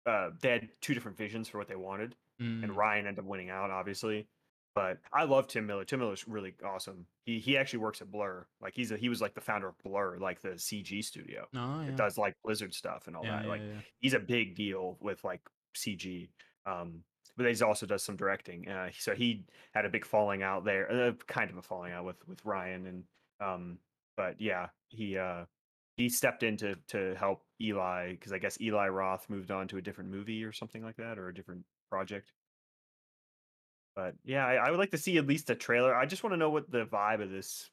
uh, they had two different visions for what they wanted, and
Mm,
Ryan ended up winning out, obviously. But I love Tim Miller. Tim Miller's really awesome. He he actually works at Blur. Like he's a, he was like the founder of Blur, like the CG studio.
oh, yeah.
It does like Blizzard stuff and all
yeah,
that.
yeah,
Like
yeah.
he's a big deal with like CG. Um, but he's also does some directing. Uh, so he had a big falling out there, uh, kind of a falling out with with Ryan. And um, but yeah, he uh, he stepped in to to help Eli because I guess Eli Roth moved on to a different movie or something like that or a different project. But yeah, I, I would like to see at least a trailer. I just want to know what the vibe of this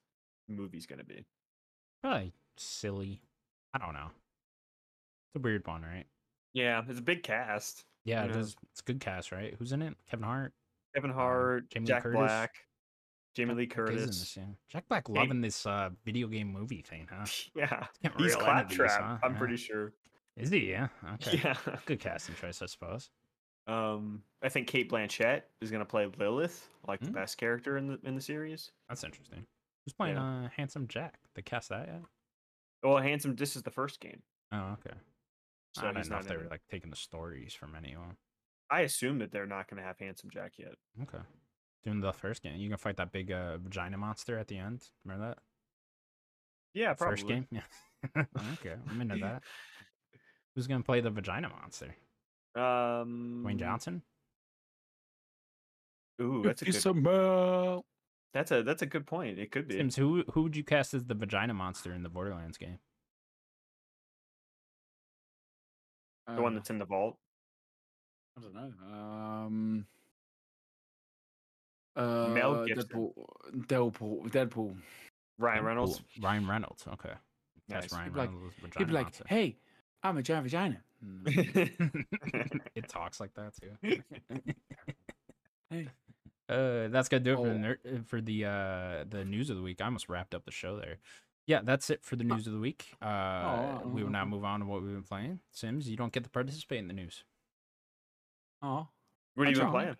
movie's going to be.
Probably silly. I don't know. It's a weird one, right?
Yeah, it's a big cast.
Yeah,
you
it
know?
is. It's a good cast, right? Who's in it? Kevin Hart.
Kevin Hart,
Jamie Lee
Jack
Curtis.
Black, Jamie
Jack
Lee
Black is in
Curtis. <laughs>
this, yeah. Jack Black
Jamie-
loving this uh, video game movie thing, huh?
Yeah,
He's getting
he's
real into these,
claptrap.
huh?
I'm
Yeah.
pretty sure. <laughs>
Is he? Yeah. Okay.
Yeah.
Good casting choice, I suppose.
Um, I think Kate Blanchett is gonna play Lilith, like the
Hmm.
best character in the in the series.
That's interesting. Who's playing uh, Handsome Jack? They cast that yet?
Well, Handsome This is the first game.
Oh, okay. I
So
don't
he's
know
not
if they
in
were
it.
like taking the stories from any of them.
I assume that they're not going to have Handsome Jack yet.
Okay. Doing the first game, you can fight that big uh, vagina monster at the end. Remember that
Yeah, probably.
first game?
<laughs>
Yeah. <laughs> okay, I'm into that. Who's gonna play the vagina monster?
Um,
Mm,
Wayne Johnson?
Ooh, that's a good.
December.
that's a that's a good point. It could be.
Sims, who who would you cast as the vagina monster in the Borderlands game?
the
uh,
one that's in the vault.
uh, I don't know. Um, uh,
Mel Gibson.
Deadpool, Deadpool, Deadpool.
Ryan
Cool.
Reynolds.
Ryan Reynolds. Okay.
Nice.
Cast Ryan
He'd be like-
Reynolds as
He'd
vagina
be like,
monster.
"Hey, I'm a
<laughs>
giant vagina." Mm,
<laughs>
<laughs>
it talks like that too.
Hey,
<laughs> Uh, that's gonna do it for the
Oh.
ner- uh, for the uh the news of the week. I almost wrapped up the show there. Yeah, that's it for the news of the week. Uh,
Oh,
we will now
oh.
move on to what we've been playing. Sims, you don't get to participate in the news.
oh,
What are
I
you been
tried.
playing?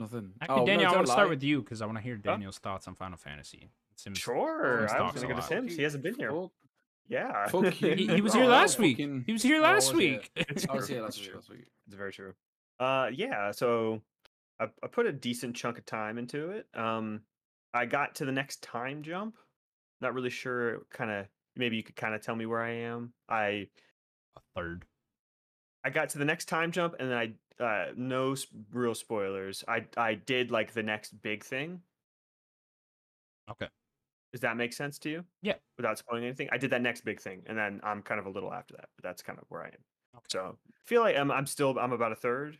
nothing.
Actually,
oh,
Daniel, I
no,
want to
don't
start
lie.
with you because I want to hear Daniel's thoughts on Final Fantasy. Sims,
Sure,
Sims
I was
talks
gonna
a
go to
lot.
Sims. He hasn't been here.
Fuck-
Yeah, Oh.
fuck you.
he, he was
<laughs>
Bro,
here
I
last
was
week.
fucking-
He was here
Bro, I
last
was here.
week. <laughs>
It's
I was
true,
here last
it's
week.
true.
Last week.
It's very true. Uh, yeah. So I, I put a decent chunk of time into it. Um, I got to the next time jump. Not really sure. Kind of. Maybe you could kind of tell me where I am. I
A third.
I got to the next time jump, and then I uh, no s- real spoilers. I I did like the next big thing.
Okay.
Does that make sense to you?
Yeah.
Without spoiling anything, I did that next big thing, and then I'm kind of a little after that. But that's kind of where I am.
Okay.
So feel like I'm I'm still I'm about a third.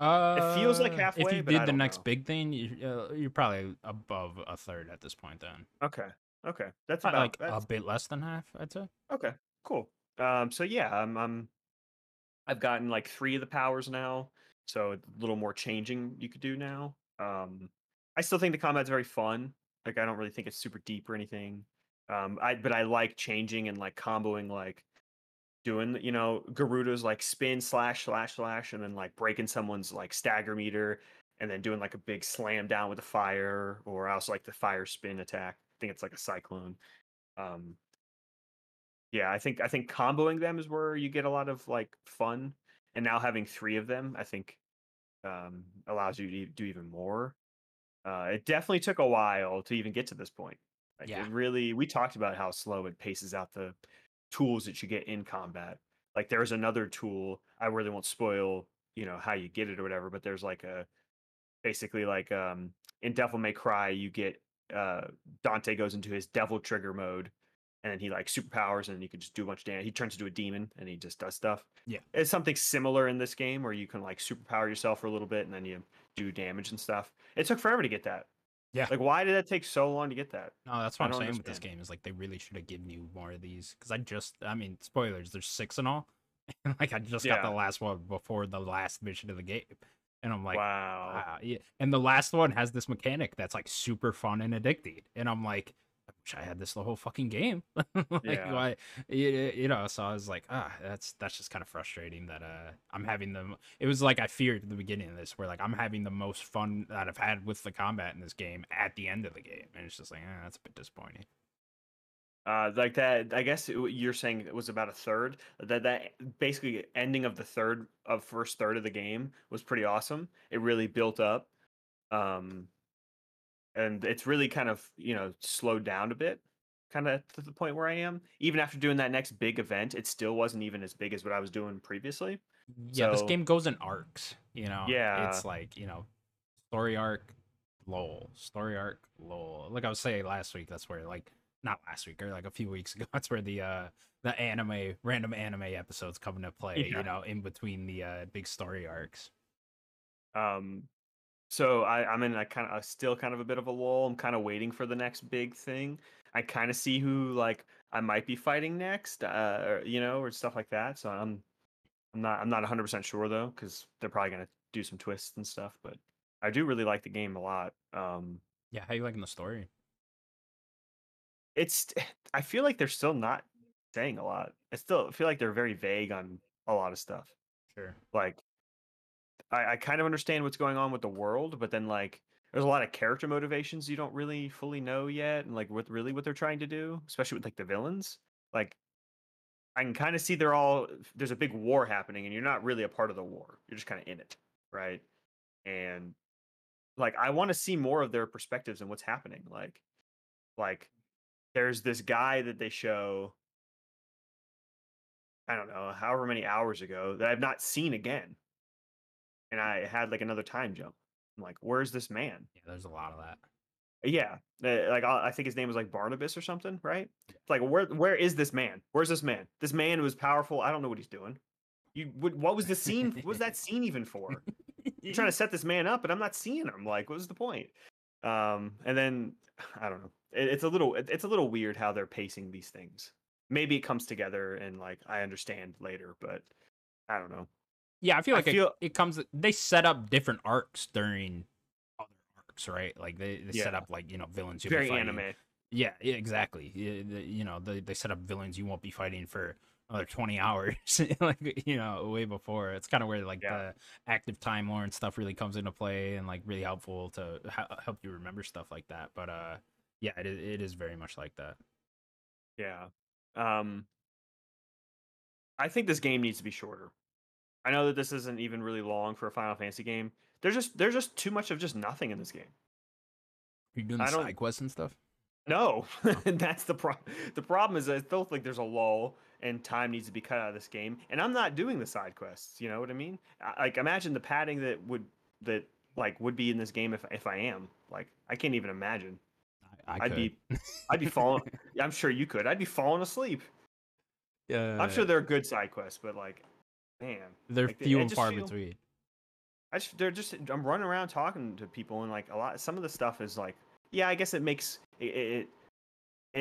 Uh,
feels like
If
halfway,
you
but
did
I
the
don't
next
know.
big thing, you, uh, you're probably above a third at this point. Then,
Okay. Okay. That's
Probably
about
like uh,
that's,
a bit less than half, I'd say.
Okay, cool. Um, so yeah, I'm, I'm I've gotten like three of the powers now, so a little more changing you could do now. Um, I still think the combat's very fun. Like I don't really think it's super deep or anything. Um, I but I like changing and like comboing like doing you know Garuda's like spin slash slash slash and then like breaking someone's like stagger meter and then doing like a big slam down with the fire or I also like the fire spin attack. I think it's like a cyclone. Um, yeah i think i think comboing them is where you get a lot of like fun and now having three of them i think um allows you to do even more uh it definitely took a while to even get to this point like
Yeah.
it really we talked about how slow it paces out the tools that you get in combat like there's another tool i really won't spoil you know how you get it or whatever but there's like a basically like um in devil may cry you get uh dante goes into his devil trigger mode and then he like superpowers and you can just do a bunch of damage. He turns into a demon and he just does stuff.
Yeah.
It's something similar in this game where you can like superpower yourself for a little bit and then you do damage and stuff. It took forever to get that.
Yeah.
Like why did that take so long to get that?
No, that's
I
what I'm
don't
saying with this
understand.
game is like they really should have given you more of these because I just, I mean, spoilers. There's six and all, <laughs> and like I just got
Yeah.
the last one before the last mission of the game, and I'm like, wow,
wow.
yeah. And the last one has this mechanic that's like super fun and addicting, and I'm like, I wish I had this the whole fucking game. <laughs> like,
Yeah.
why, you, you know? So I was like, ah, that's that's just kind of frustrating that uh, I'm having the. It was like I feared at the beginning of this, where like I'm having the most fun that I've had with the combat in this game at the end of the game, and it's just like, eh, that's a bit disappointing.
Uh, like that, I guess it, you're saying it was about a third. That that basically ending of the third of first third of the game was pretty awesome. It really built up, um, and it's really kind of you know slowed down a bit, kind of to the point where I am. Even after doing that next big event, it still wasn't even as big as what I was doing previously.
yeah this
So-
game goes in arcs you know
Yeah.
it's like you know story arc lol story arc lol like i was saying last week that's where like not last week or like a few weeks <laughs> ago that's where the uh the anime random anime episodes come into play
Yeah.
you know in between the uh big story arcs
Um, so I, I'm in a kind of still kind of a bit of a lull. I'm kind of waiting for the next big thing. I kind of see who like I might be fighting next, uh, or, you know, or stuff like that. So I'm, I'm not, I'm not 100 percent sure though, because they're probably gonna do some twists and stuff. But I do really like the game a lot. Um,
yeah how you liking the story
it's, <laughs> I feel like they're still not saying a lot. I still feel like they're very vague on a lot of stuff.
sure
like I, I kind of understand what's going on with the world, but then like there's a lot of character motivations you don't really fully know yet, and like what really what they're trying to do, especially with like the villains. Like, I can kind of see they're all there's a big war happening, and you're not really a part of the war. You're just kind of in it, right? And like, I want to see more of their perspectives and what's happening. Like, like there's this guy that they show I don't know, however many hours ago that I've not seen again. And I had like another time jump. I'm like, where's this man?
Yeah, there's a lot of that.
Yeah, uh, like I I think his name was like Barnabas or something, right? It's like, where where is this man? Where's this man? This man was powerful. I don't know what he's doing. You what, what was the scene? What was that scene even for? You're trying to set this man up, and I'm not seeing him. Like, what was the point? Um, and then <sighs> I don't know. It, it's a little it- it's a little weird how they're pacing these things. Maybe it comes together, and like I understand later, but I don't know.
Yeah, I feel
I
like it-
feel-
It, comes. They set up different arcs during other arcs, right? Like they, they set
Yeah.
up like you know villains. you'll be
Very
fighting.
anime.
Yeah, yeah, exactly. Yeah, the- You know, they, they set up villains you won't be fighting for another twenty hours, <laughs> like you know, way before. It's kind of where like
Yeah.
the active time lore and stuff really comes into play, and like really helpful to h- help you remember stuff like that. But uh, yeah, it is, it is very much like that.
Yeah. Um I think this game needs to be shorter. I know that this isn't even really long for a Final Fantasy game. There's just there's just too much of just nothing in this game.
You're doing
I
the
don't-
side quests and stuff.
No, <laughs>
Oh.
that's the problem. The problem is I feel like there's a lull and time needs to be cut out of this game. And I'm not doing the side quests. You know what I mean? I, like imagine the padding that would that like would be in this game if if I am like I can't even imagine.
I, I
I'd
could.
be I'd
<laughs>
be falling. I'm sure you could. I'd be falling asleep. I'm sure
Uh,
there are good side quests, but like, man,
they're
like, they-
few
I E
and
just
far
feel-
between.
I just they're just I'm running around talking to people, and like a lot, some of the stuff is like, yeah, I guess it makes it it, it,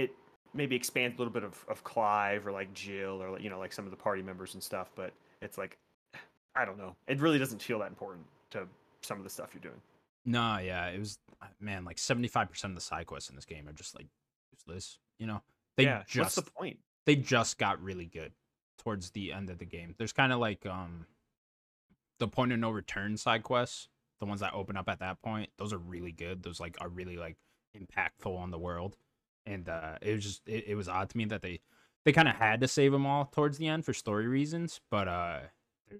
it maybe expands a little bit of of Clive or like Jill or like you know like some of the party members and stuff, but it's like, <sighs> I don't know, it really doesn't feel that important to some of the stuff you're doing.
No, yeah, it was uh, man, like seventy five percent of the side quests in this game are just like useless. You know, they
yeah,
just
what's the point?
they just got really good towards the end of the game. There's kind of like um the point of no return side quests, the ones that open up at that point. Those are really good. Those like are really like impactful on the world, and uh, it was just it, it was odd to me that they they kind of had to save them all towards the end for story reasons, but uh. it-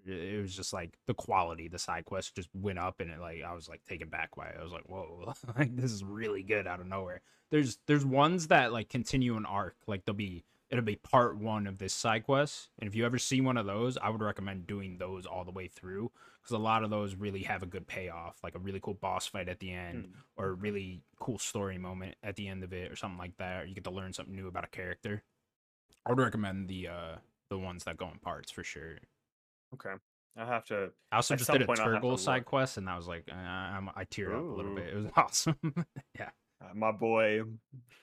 It was just like the quality, the side quests just went up, and it like I was like taken back by it. I was like, "Whoa, <laughs> like this is really good out of nowhere." There's there's ones that like continue an arc, like they'll be it'll be part one of this side quest. And if you ever see one of those, I would recommend doing those all the way through because a lot of those really have a good payoff, like a really cool boss fight at the end
Mm.
or a really cool story moment at the end of it or something like that. Or you get to learn something new about a character. I would recommend the uh the ones that go in parts for sure.
Okay, Hmm. I have to.
I also
At
just
some
did a
point I'll have to
Turgle side
look.
quest, and that was like uh, I'm, I teared up a little
Ooh.
bit. It was <laughs>
<laughs>
awesome.
Uh, my boy,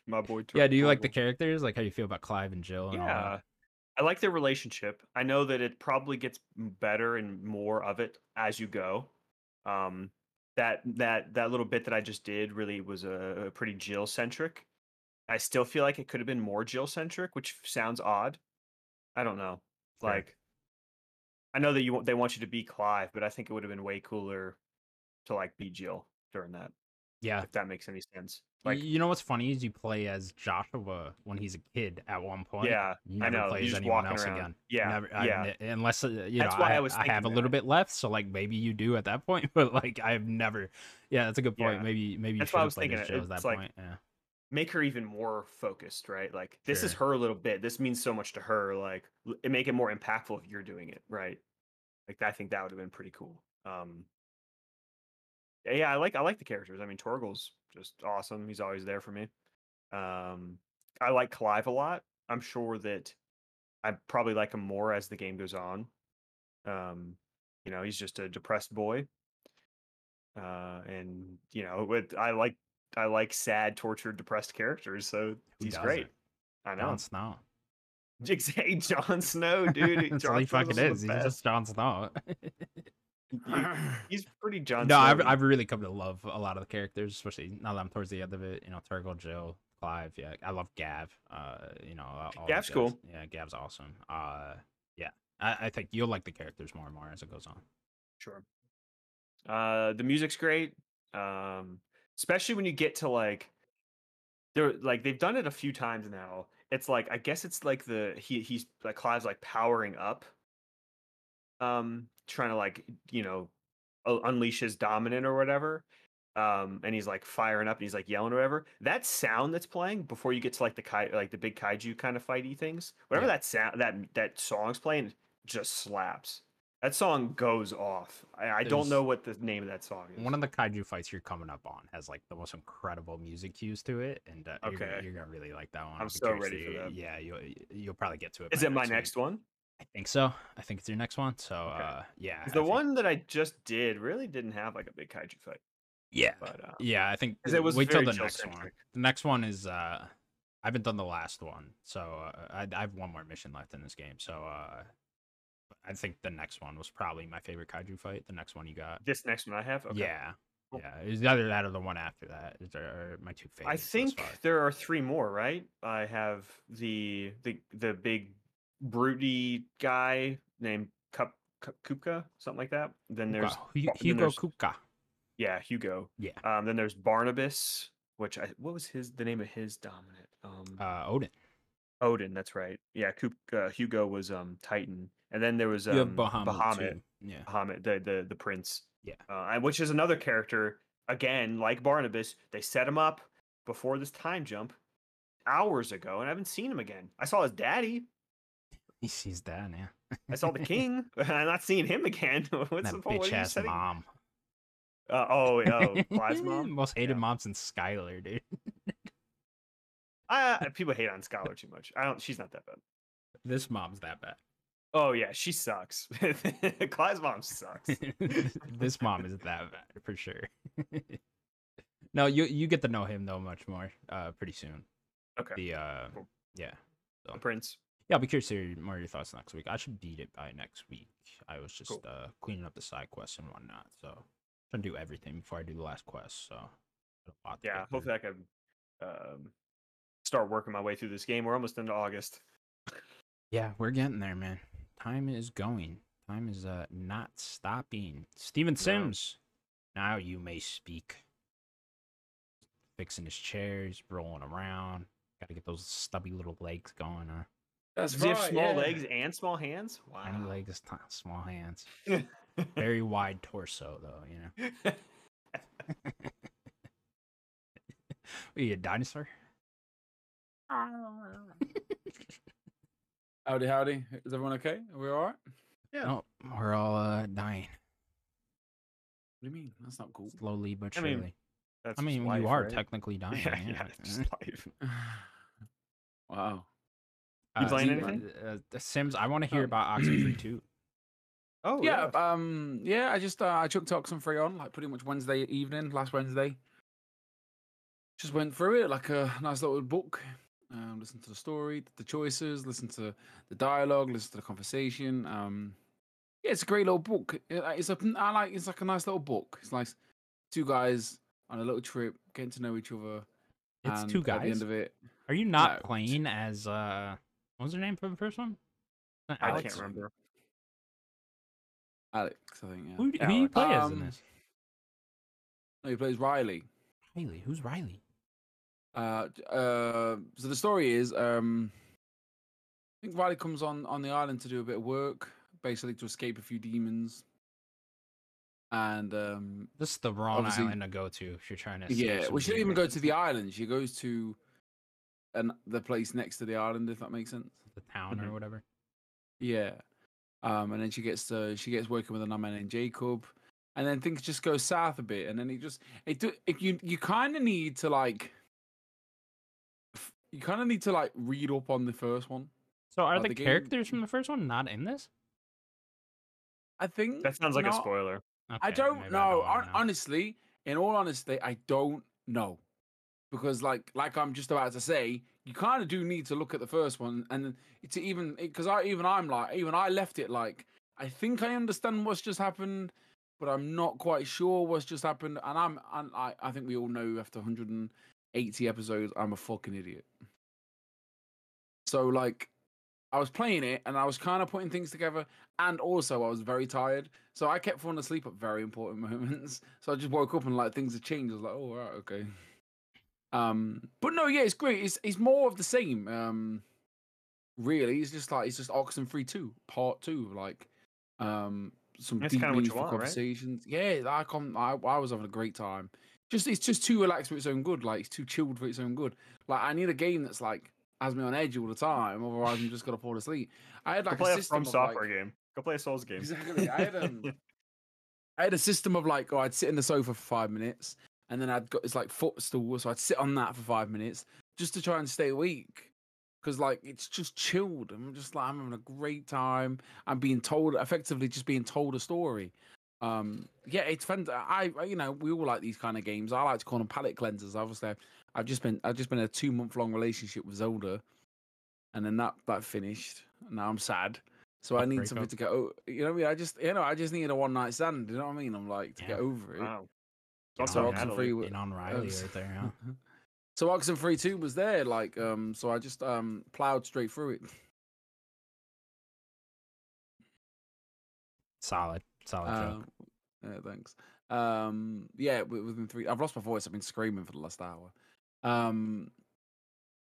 my boy.
yeah, do you like the
Turtle.
characters? Like how you feel about Clive and Jill? And all that?
Yeah. I like their relationship. I know that it probably gets m- better and more of it as you go. Um, that that that little bit that I just did really was a uh, pretty Jill centric. I still feel like it could have been more Jill centric, which f- sounds odd. I don't know.
Fair.
Like, I know that you want- they want you to be Clive, but I think it would have been way cooler to like be Jill during that,
yeah.
if that makes any sense.
Y-
Like,
you know what's funny is you play as Joshua when he's a kid at one point.
yeah, I
never
know.
plays
you just
anyone
walking
else
around.
again.
Yeah,
Never- I-
yeah.
n- unless uh, you
That's
know,
why
I,
I
ha-
was
I have a
thinking
little
that.
bit left, so like maybe you do at that point, <laughs> but like I have never. Yeah, that's a good point.
Yeah.
Maybe maybe you
That's
should
why I
have
was
played as
thinking
Jill
it.
at that
It's like-
point. Yeah.
make her even more focused, right? Like this is
Sure.
her little bit. This means so much to her. Like l- it make it more impactful if you're doing it, right? Like I think that would have been pretty cool. Um yeah, yeah, I like I like the characters. I mean Torgel's just awesome. He's always there for me. Um I like Clive a lot. I'm sure that I probably like him more as the game goes on. Um, you know, he's just a depressed boy. Uh, and you know, with I like I like sad, tortured, depressed characters, so
Who
he's
doesn't?
great. I know.
Jon Snow. <laughs>
<laughs> Exactly, Jon Snow, dude.
that's
Jon
all he
Snow's
fucking
the
is. He's
best.
just Jon Snow. <laughs>
You- He's pretty Jon
no,
Snow.
I've,
dude.
I've really come to love a lot of the characters, especially now that I'm towards the end of it. You know, Turgle, Jill, Clive. Yeah, I love Gav. Uh, you know, all those
Gav's
guys.
cool.
Yeah, Gav's awesome. Uh, yeah, I, I think you'll like the characters more and more as it goes on.
Sure. Uh, the music's great. Um, especially when you get to like they're like they've done it a few times now. It's like I guess it's like the he he's like Clive's like powering up, um, trying to like you know u- unleash his dominant or whatever. Um, and he's like firing up and he's like yelling or whatever. That sound that's playing before you get to like the kai like the big kaiju kind of fighty things, whatever
Yeah.
that sound that that song's playing just slaps. That song goes off. I, I don't
There's-
know what the name of that song is.
One of the kaiju fights you're coming up on has like the most incredible music cues to it, and uh, you're, gonna,
Okay.
you're gonna really like that one.
I'm
be
so
curious
ready
to
for
hear-
that.
Yeah, you'll you'll probably get to it.
is
by
it my
week.
next one?
I think so. I think it's your next one. So uh, yeah,
'Cause
I
the
think-
one that I just did really didn't have like a big kaiju fight,
Yeah,
but uh,
yeah. I think
'Cause it was
wait till
very
the
Jill
next one.
centric.
The next one is uh, I haven't done the last one, so uh, I, I have one more mission left in this game. So uh, I think the next one was probably my favorite kaiju fight. The next one you got.
this next one I have. Okay.
Yeah.
Cool.
Yeah. It's either that or the one after that. Is there my two favorites?
I
thus
think
far.
there are three more, right? I have the the the big broody guy named Cup Cup- Kupka, something like that. Then there's
Wow, Hu-
Bar- then
Hugo
there's-
Kupka.
yeah Hugo.
Yeah.
Um, then there's Barnabas, which I what was his the name of his dominant? Um,
Uh, Odin.
Odin. That's right. Yeah, Kup, uh, Hugo was um Titan, and then there was um,
you have Bahamut.
Bahamut.
too. Yeah.
Bahamut, the the the prince.
Yeah.
uh, and- which is another character again, like Barnabas. They set him up before this time jump hours ago, and I haven't seen him again. I saw his daddy.
He sees that, yeah.
I saw
<laughs>
the king. <laughs> but I'm not seeing him again. <laughs> What's
And that
the point? What
bitch
are you
ass
setting?
mom.
<laughs> Uh, oh,
<laughs>
oh, Clive's mom.
Most hated
Yeah.
mom since Skylar, dude.
I, I- people hate on Scholar too much. I don't. She's not that bad.
<laughs> This mom's that
Oh yeah, she sucks. <laughs> Clive's
<laughs>
mom sucks.
bad. <laughs> this mom is that bad for sure. <laughs> no, you you get to know him though much more uh pretty soon.
Okay.
The uh
Cool.
yeah.
The prince.
Yeah, I'll be curious to hear more of your thoughts next week. I should beat it by next week. I was just
Cool.
uh, cleaning up the side quests and whatnot, so trying to do everything before I do the last quest. So got a lot to
Yeah.
get through. <laughs>
Hopefully, I can um, start working my way through this game. We're almost into August.
Yeah, we're getting there, man. Time is going. Time is uh not stopping. Steven Sims, now you may speak. Fixing his chairs, rolling around. Got to get those stubby little legs going. Huh?
That's
Does he have small legs and small hands? Wow.
Tiny
<laughs>
legs, t- small hands. Very wide torso, though. You know. Are you a dinosaur?
Howdy, howdy. Is everyone okay? Are we all right? What
Yeah.
No, we're all uh, dying
do you mean? That's not cool. <sighs>
slowly but
I
surely.
mean,
I mean,
That's
you are
<laughs>
technically
technically.
dying.
Yeah, yeah, it's just life.
wow.
Uh,
playing
Steve,
anything?
uh, the Sims, I want to hear
Um,
about Oxenfree too.
Oh
yeah, um, yeah. I just uh, I chucked Oxenfree on like pretty much Wednesday evening, last Wednesday. Just went through it like a nice little book. Um, listened to the story, the choices, listened to the dialogue, listened to the conversation. Um, yeah, it's a great little book. It- uh, It's a I like it's like a nice little book. It's nice. Two guys on a little trip, getting to know each other.
It's
and
two
At the
guys.
end of it,
Are you not
No, it's-
playing as uh, what was her name for the first one? Not
I
Alex?
can't remember.
Alex, I think. Yeah.
Who, d- who do you
Alex.
play as in
Um,
this?
No, he plays Riley.
Riley. Who's Riley?
Uh, j- uh, so the story is, um, I think Riley comes on on the island to do a bit of work, basically to escape a few demons. And um,
This is the wrong
Obviously-
island to go to if you're trying to. escape
yeah,
some
well, she doesn't even
demons.
go to the island. She goes to an the place next to the island, if that makes sense.
the town or
Mhm.
whatever.
Yeah. Um, and then she gets to, she gets working with another man named Jacob, and then things just go south a bit, and then it just it do it, you you kind of need to like f- you kind of need to like read up on the first one.
So are
Oh,
the,
the game-
characters from the first one not in this?
I think
That sounds like a
not-
spoiler.
I
Okay,
don't
maybe
know.
wanna
Hon- Honestly, in all honesty, I don't know because, like, like I'm just about to say, you kind of do need to look at the first one, and to even because I even I'm like even I left it like I think I understand what's just happened, but I'm not quite sure what's just happened, and I'm and I I think we all know after 180 episodes, I'm a fucking idiot. So like, I was playing it and I was kind of putting things together, and also I was very tired, so I kept falling asleep at very important <laughs> moments. So I just woke up and like things had changed. I was like, oh, all right, okay. Um, but no, yeah, it's great. It's it's more of the same. Um, really, it's just like it's just Oxen Free Two Part Two, like um some
That's
deep
kinda what you
meaningful
want, right?
conversations. Yeah, I, com- I I was having a great time. Just it's just too relaxed for its own good. Like it's too chilled for its own good. Like I need a game that's like has me on edge all the time. Otherwise, I'm just gonna fall asleep. I had
Go
like
play
a
a
system
From
of,
Software
like,
game. Go play a Souls game.
Exactly. I
<laughs>
had um, I had a system of like, oh, I'd sit in the sofa for five minutes, and then I'd got this like footstool, so I'd sit on that for five minutes just to try and stay awake. Because like it's just chilled. I'm just like I'm having a great time. I'm being told, effectively, just being told a story. Um, yeah, it's fun. I, I- you know, we all like these kind of games. I like to call them palate cleansers. Obviously, I've, I've just been, I've just been in a two month long relationship with Zelda, and then that that finished. and Now I'm sad. So I
Tough
need
breakup.
something to get over. You know what I mean? I just, you know, I just need a one night stand. You know what I mean? I'm like to
Yeah.
get <laughs> over it.
Wow.
Get
Also,
on
Oxenfree
Natalie,
with-
get on Riley
Oh,
right there, huh?
<laughs> so Oxen Free Two was there, like, um, so I just um plowed straight through it.
Solid, solid joke.
Um, yeah, thanks. Um, yeah, wi- within three. I've lost my voice. I've been screaming for the last hour. Um,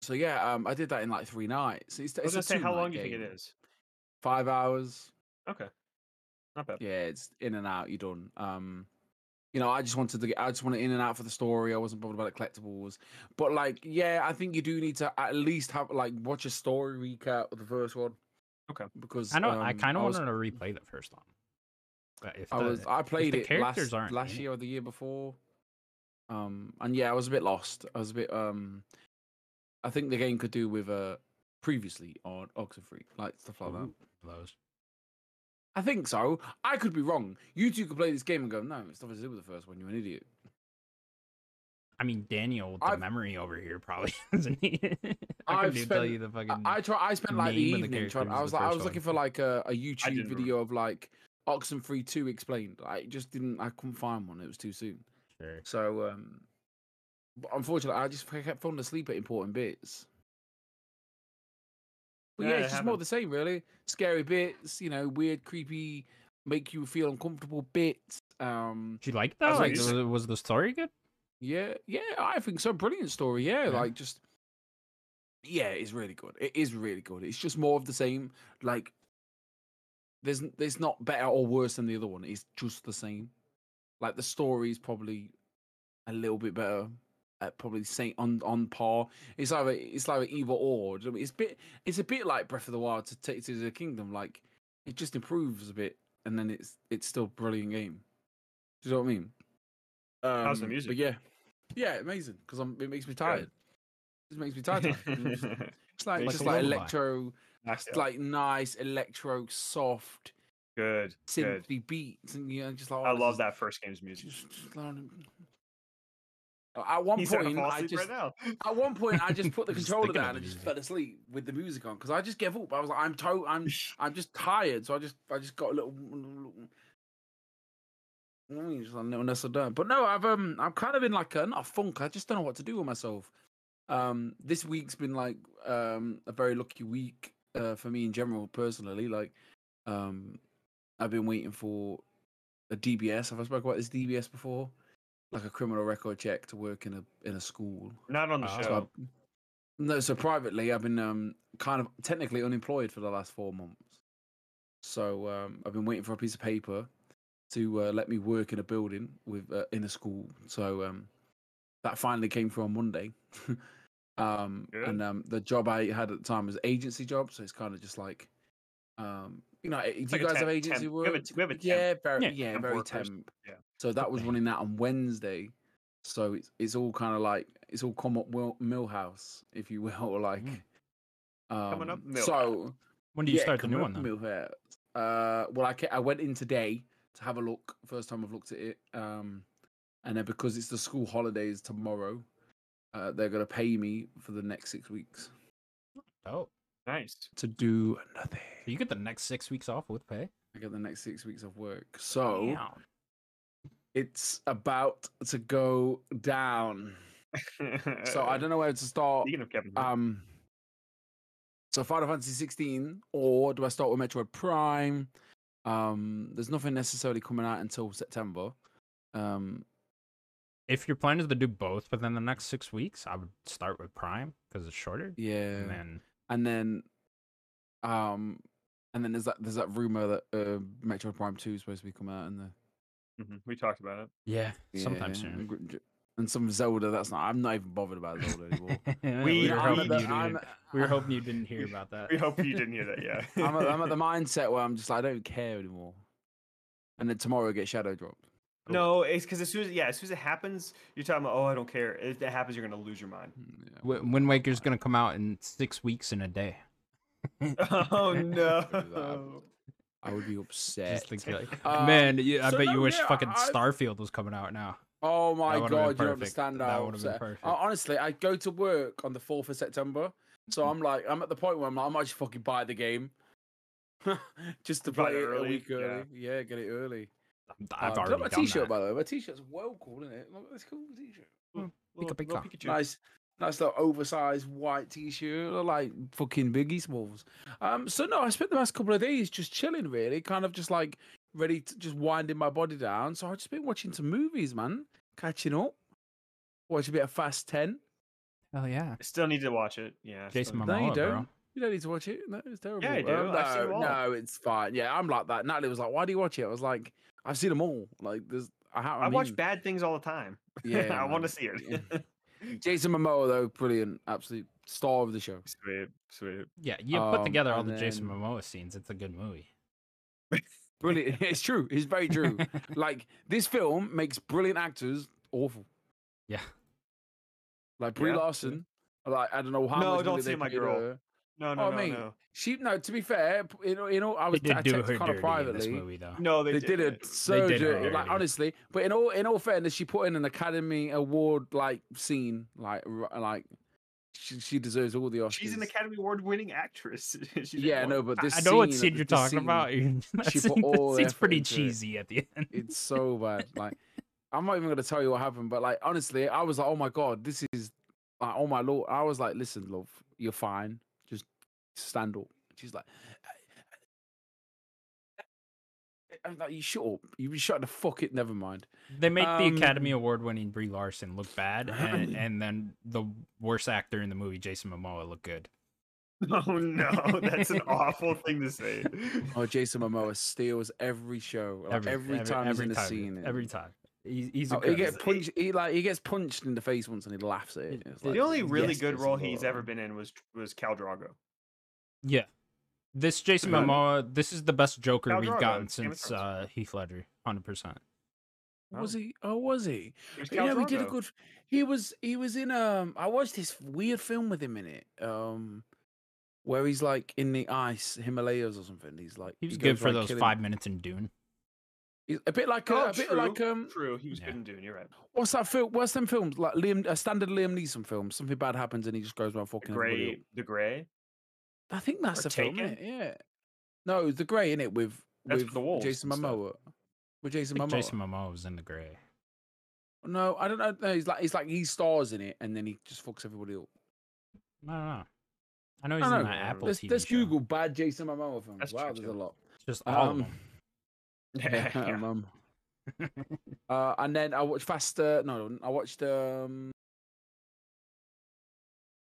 so yeah, um, I did that in like three nights. It's,
I was
it's
gonna
a
say, how
two-night
long do you think
game.
it is?
Five hours.
Okay, not bad.
Yeah, it's in and out. You're done. Um, you know, I just wanted to get, I just wanted in and out for the story. I wasn't bothered about the collectibles, but like, yeah, I think you do need to at least have like watch a story recap of the first one.
Okay.
because
I know. I
um,
kind of
was-
wanted to replay the first one. But if
I
the-
was I played
the
it
characters
last,
aren't
last
in it.
year or the year before. Um and yeah, I was a bit lost. I was a bit um I think the game could do with uh previously on Oxenfree, like stuff like that.
Ooh, those.
I think so. I could be wrong. You two could play this game and go, no, it's nothing to do with the first one, you're an idiot.
I mean, Daniel, with the
I've-
memory over here probably <laughs> doesn't need it. I
I've
couldn't even tell
spent-
you the fucking.
I, I try I spent like the
name of the
evening trying
characters in
I was
the
like I
first
was
one.
looking for like a, a YouTube
didn't remember.
video of like Oxenfree 2 explained. I just didn't I couldn't find one, it was too soon.
Sure.
So um but unfortunately I just f- kept falling asleep at important bits. But
Yeah,
yeah,
that
it's just more
happens.
the same really. Scary bits, you know, weird, creepy, make you feel uncomfortable bits. Um
Did you like that?
was
Like,
like,
was, was the story good?
yeah, yeah, I think so. Brilliant story, yeah.
Yeah.
Like just Yeah, it's really good. It is really good. It's just more of the same. Like there's n- it's not better or worse than the other one. It's just the same. Like the story is probably a little bit better. At probably say on on par. It's either it's either either or. do you know what I mean? It's bit it's a bit like Breath of the Wild to take to the Kingdom. Like it just improves a bit, and then it's it's still a brilliant game. Do you know what I mean? Um,
How's the
But
music?
yeah, yeah, amazing. Because it makes me tired. It makes
<laughs>
me tired. tired. It's like
Makes
just
it
like
lullaby.
electro,
Knocked
just
out.
like nice electro soft
good, good.
synthy beats, and you know, just like
I
oh, this
love
is
that first game's music.
Just, just learn it. At one
He said I
point,
fall
I
asleep
just
right now.
at one point I just put
<laughs>
the
Just
controller
thinking of
down
the
and just
music.
fell asleep with the music on because I just gave up. I was like, I'm to- I'm I'm just tired, so I just I just got a little. little I mean, just a little nestled down. But no, I've um I'm kind of in like a not a funk. I just don't know what to do with myself. Um, this week's been like um a very lucky week uh, for me in general personally. Like, um, I've been waiting for a DBS. Have I spoke about this DBS before? Like a criminal record check to work in a in a school.
<laughs> Not on the
Uh,
show.
So I- no, so privately, I've been um, kind of technically unemployed for the last four months. So um, I've been waiting for a piece of paper to uh, let me work in a building with uh, in a school. So um, that finally came through on Monday. <laughs> um,
Good.
and um, the job I had at the time was agency job, so it's kind of just like, um, you know, eh, do
It's
you
like a
guys have
temp-
agency
temp-
work?
We have a, we have a temp.
yeah, very,
Yeah,
yeah,
temp
very
workers.
temp.
Yeah.
So that was
thing.
running out on Wednesday. So it's it's all kind of like it's all come up Will, Millhouse, if you <laughs> will, like. Um,
Coming up Millhouse.
So
When do you
yeah,
start the new
coming
one then?
up Millhouse. Uh, well, I ca- I went in today to have a look. First time I've looked at it. Um, and then because it's the school holidays tomorrow, uh, they're gonna pay me for the next six weeks
Oh,
Nice. <laughs>
to do nothing.
so you get the next six weeks off with pay.
I get the next six weeks of work. So
Damn.
it's about to go down. So I don't know where to start.
Uh,
Speaking of Kevin, Hart,
Um, So Final Fantasy 16, or do I start with Metroid Prime? Um, there's nothing necessarily coming out until September. Um,
If your plan is to do both within the next six weeks, I would start with Prime because it's shorter.
yeah,
And then
and then, um, and then there's that there's that rumor that uh, Metroid Prime 2 is supposed to be coming out in the uh,
hmm We talked about it.
yeah, sometime
Yeah, and gr- j- And some Zelda. That's not. I'm not even bothered about Zelda <laughs> anymore.
<laughs> soon. Yeah,
We-
were
I'm
hoping
at
you
the-
didn't-
<laughs> I'm-
we were hoping you didn't
<laughs>
hear about
We
that.
hope you didn't hear that. <laughs> Yeah.
I'm at,
<laughs>
I'm at the mindset where I'm just like I don't care anymore. And then tomorrow I get shadow dropped.
no, it's because as soon as yeah, as soon as it happens, you're talking about oh I don't care. If that happens, you're gonna lose your mind. <laughs>
Mm, yeah,
Wi- Wind Waker's gonna come out in six weeks and a day.
<laughs>
Oh
I wouldn't do that. I
no.
would- I would be upset.
Just think <laughs> like,
Um,
man, you, I
so
bet you
no,
wish
yeah,
fucking
I-
Starfield was coming out now.
Oh my
would've been
god, you don't
perfect.
understand
That
how
would've been
upset-
perfect.
I- honestly, I go to work on the fourth of September, so I'm like, I'm at the point where I'm like, I might just fucking buy the game, <laughs> just to
Buy
play
it
it
early,
a week
yeah.
early. Yeah, get it early.
I've
Uh, I love
already
my
done
t-shirt
that.
by the way. My t-shirt's well cool, isn't it? Look, it's cool t-shirt.
Little-
Pika
little
pika.
Pikachu.
Nice, nice little oversized white t-shirt, look like fucking Biggie Smalls. Um, so no, I spent the last couple of days just chilling, really, kind of just like ready to just winding my body down. So I've just been watching some movies, man, catching up. Watch a bit of Fast Ten.
Hell yeah,
Still need to watch it. Yeah. still
Jason
need-
No, you
Momoa, bro.
don't. You don't need to watch it. No, it's terrible.
I do.
Um,
I've seen
no,
them all.
no, it's fine. Yeah, I'm like that. Natalie was like, "Why do you watch it?" I was like, "I've seen them all. Like, there's I, ha- I,
I watch <laughs>
mean,
bad things all the time.
Yeah,
I want
man.
to see it.
Yeah. Jason Momoa though, brilliant, absolute star of the show.
<laughs> sweet, sweet.
Yeah, you put
Um,
together all
and
the Jason
then-
Momoa scenes. It's a good movie.
Brilliant. <laughs> it's true. It's very
<laughs>
true. like this film makes brilliant actors awful.
Yeah.
Like Brie
Yeah.
Larson. Like I don't know how
No,
much
don't
money they
say my
paid
girl.
her.
No, no,
Oh,
no,
mate.
no.
She no. To be fair, p- you know, you know, I
They
was I
did do
texted
her
kind
dirty in
of
this
privately.
movie, though.
No, they,
they did it so
did her
dirty, like
dirty.
honestly. But in all in all fairness, she put in an Academy Award like scene, like r- like she, she deserves all the Oscars.
She's an Academy Award winning actress. <laughs> She did
yeah,
one.
no, but
I-
this
I know what
scene-
scene you're
this
talking
scene,
about. <laughs> That
she put
scene- that
all the
scene's
effort
pretty
into it.
cheesy at the end.
It's so bad. Like I'm not even gonna tell you what happened, but like honestly, I was like, oh my god, this is like, oh my lord. I was like, listen, love, you're fine. Just stand up. She's like. I'm like, you shut up. You shut the fuck it. Never mind.
They make the Academy
Um,
Award winning Brie Larson look bad, and, and then the worst actor in the movie, Jason Momoa, look good.
<laughs> Oh no, that's an awful thing to say.
<laughs> Oh, Jason Momoa steals every show. like, every, time he's in a scene.
Every time. He's, he's
Oh,
a
he
good.
gets punched. He like he gets punched in the face once, and he laughs at it. It's
The
like,
The only really
yes,
good
Jason
role he's
Momoa.
ever been in was was Cal Drago.
Yeah. This Jason
Right.
Momoa, this is the best Joker
Khal
we've
Drogo, Game
gotten
of
since
Thrones.
uh, Heath Ledger, hundred percent.
Was
Oh.
he? Oh, was he?
It was
You
Khal
know, he did a
Drogo.
good. He was. He was in. Um, I watched this weird film with him in it. Um, where he's like in the ice Himalayas or something. He's like
He was
goes
good for
around
those
killing-
five minutes in Dune.
He's a bit like
Oh,
uh, a bit like
true,
um,
True, he was
Yeah.
good in Dune. You're right.
what's that film? What's them films like Liam? A standard Liam Neeson film. Something bad happens and he just goes around
The
fucking. everybody up.
gray, the gray.
I think that's the film,
Taken?
innit? Yeah. No, it's the grey in it with
That's
with
the wolves
Jason
and stuff.
Momoa. With
I
Jason
think
Momoa.
Jason Momoa was in the gray.
No, I don't know. No, he's like he's like he stars in it and then he just fucks everybody up.
I don't know. I know
I
he's in
don't
that
know.
Apple
Let's,
TV
let's
show.
Google bad Jason Momoa films.
That's true,
wow, there's a
too. Oh,
lot.
Just all
Um,
of them.
<laughs> yeah,
<laughs> Yeah.
um, uh, and then I watched faster. No, I watched um,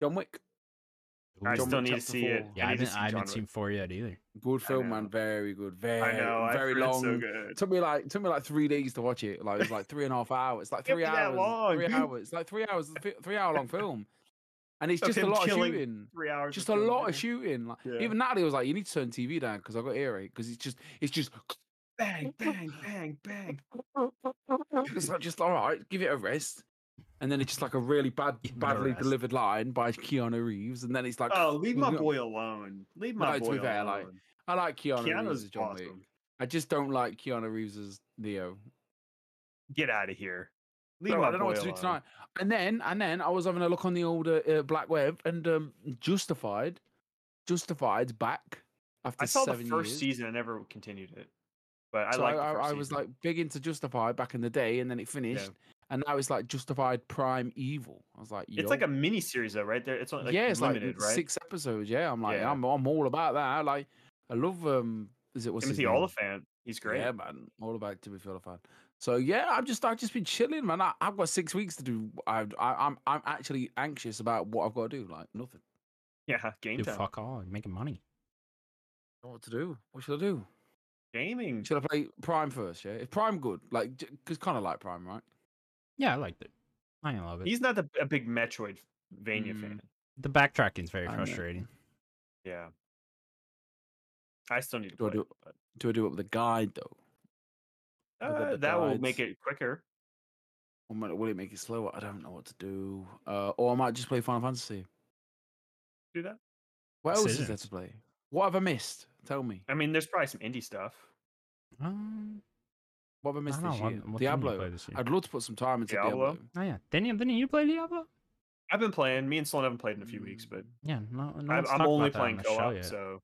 John Wick.
I
John
still
Wick
need to
chapter
see it.
four.
yeah, I
need to
haven't,
see
I
John
haven't
Wick.
seen four yet either.
Good film,
know.
man. Very good. Very,
I know. I
very
heard it's
long.
So good.
took me like took me like three days to watch it. Like it was like three and a half hours. It's like
Can't
three
be that
hours.
long. <laughs>
Three hours. It's like three hours. It's a three hour long film, and it's
Of
just a
him
lot
killing
of shooting.
Three hours.
Just a lot of shooting. Like
Yeah.
even Natalie was like, "You need to turn TV down because I got earache because it's just it's just
Bang, bang, bang, bang.
<laughs> it's like just all right. Give it a rest." And then it's just like a really bad,
Give it a
badly
rest.
delivered line by Keanu Reeves, and then it's like,
Oh, leave my
no.
boy alone. Leave my
No, to
boy
be fair, like,
alone.
"I like Keanu Reeves
Keanu's
as John Wick.
awesome.
I just don't like Keanu Reeves as Neo.
Get out of here. Leave
No,
my
I don't know
boy
what to do
alone.
tonight. And then, and then I was having a look on the older uh, Black Web, and um, Justified, Justified's back after
I saw the
seven
first
years.
season. I never continued it, but I
So
like.
I, I was like big into Justified back in the day, and then it finished, and now it's like Justified Prime Evil. I was like,
It's like
"Yo."
a mini series though, right? There, it's not like
yeah, it's
limited,
like
right?
six episodes. Yeah, I'm like,
Yeah.
I'm, I'm all about that. Like, I love um, is it what's his
Timothy
name?
Oliphant, he's great.
Yeah, man, all about Timothy Oliphant. So yeah, I've just I've just been chilling, man. I, I've got six weeks to do. I've, I, I'm I'm actually anxious about what I've got to do. Like nothing.
yeah, game
Do
time,
fuck all. You're making money.
I don't know what to do. What should I do?
gaming.
Should I play Prime first? Yeah, if Prime good, like because kind of like Prime, right?
Yeah, I liked it. I love it.
He's not the, a big Metroidvania
Mm.
fan.
The backtracking's very
I know.
frustrating.
Yeah, I still need to
Do I
play.
do-
but-
Do I do it with the guide though? I got
Uh,
the
that will make
guides.
it quicker.
Or might, will it make it slower? I don't know what to do. Uh, or I might just play Final Fantasy.
Do that.
What else is there
Decisions.
to play? What have I missed? Tell me.
I mean, there's probably some indie stuff.
Um,
What have I
I
missed
don't know,
this
what-
year?
what didn't you play
Diablo.
this year?
I'd love to put some time into Diablo.
Diablo?
Oh yeah, didn't you, didn't you play Diablo?
I've been playing. Me and Sloan haven't played in a few
Mm.
weeks, but
Yeah, no, no
I'm,
one's
I'm
talked
only
about that on
playing
the show
co-op,
yet.
so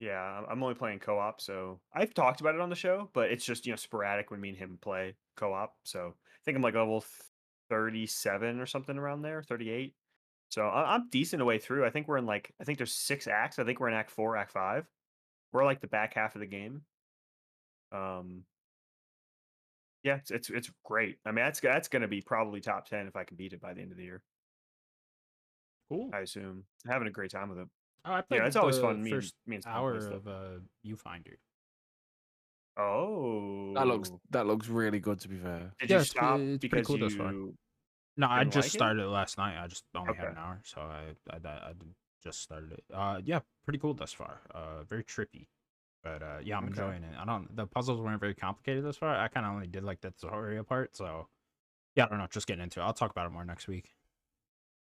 yeah, I'm- I'm only playing co-op. So I've talked about it on the show, but it's just you know sporadic when me and him play co-op. So I think I'm like level th- 37 or something around there, 38. So I- I'm decent away through. I think we're in like I think there's six acts. I think we're in Act Four, Act Five. We're like the back half of the game. Um. Yeah, it's it's, it's great. I mean, that's that's going to be probably top ten if I can beat it by the end of the year.
cool.
I assume. I'm having a great time with it.
Oh, I played
Yeah, it's always
the
fun. Me and,
First
me and Spawn play
hour
stuff.
of uh, Viewfinder.
Oh,
That looks that looks really good. To be fair,
Did
Yeah,
you
it's pre-
stop
it's pretty
because
cool thus far.
you?
No, I
Didn't
just
like it?
started it last night. I just only had
Okay.
an hour, so I I, I- I d- just started it. Uh, yeah, pretty cool thus far. Uh, very trippy, but uh, yeah, I'm
Okay.
enjoying it. I don't. The puzzles weren't very complicated thus far. I kind of only did like the tutorial part, so yeah, I don't know. Just getting into it. I'll talk about it more next week.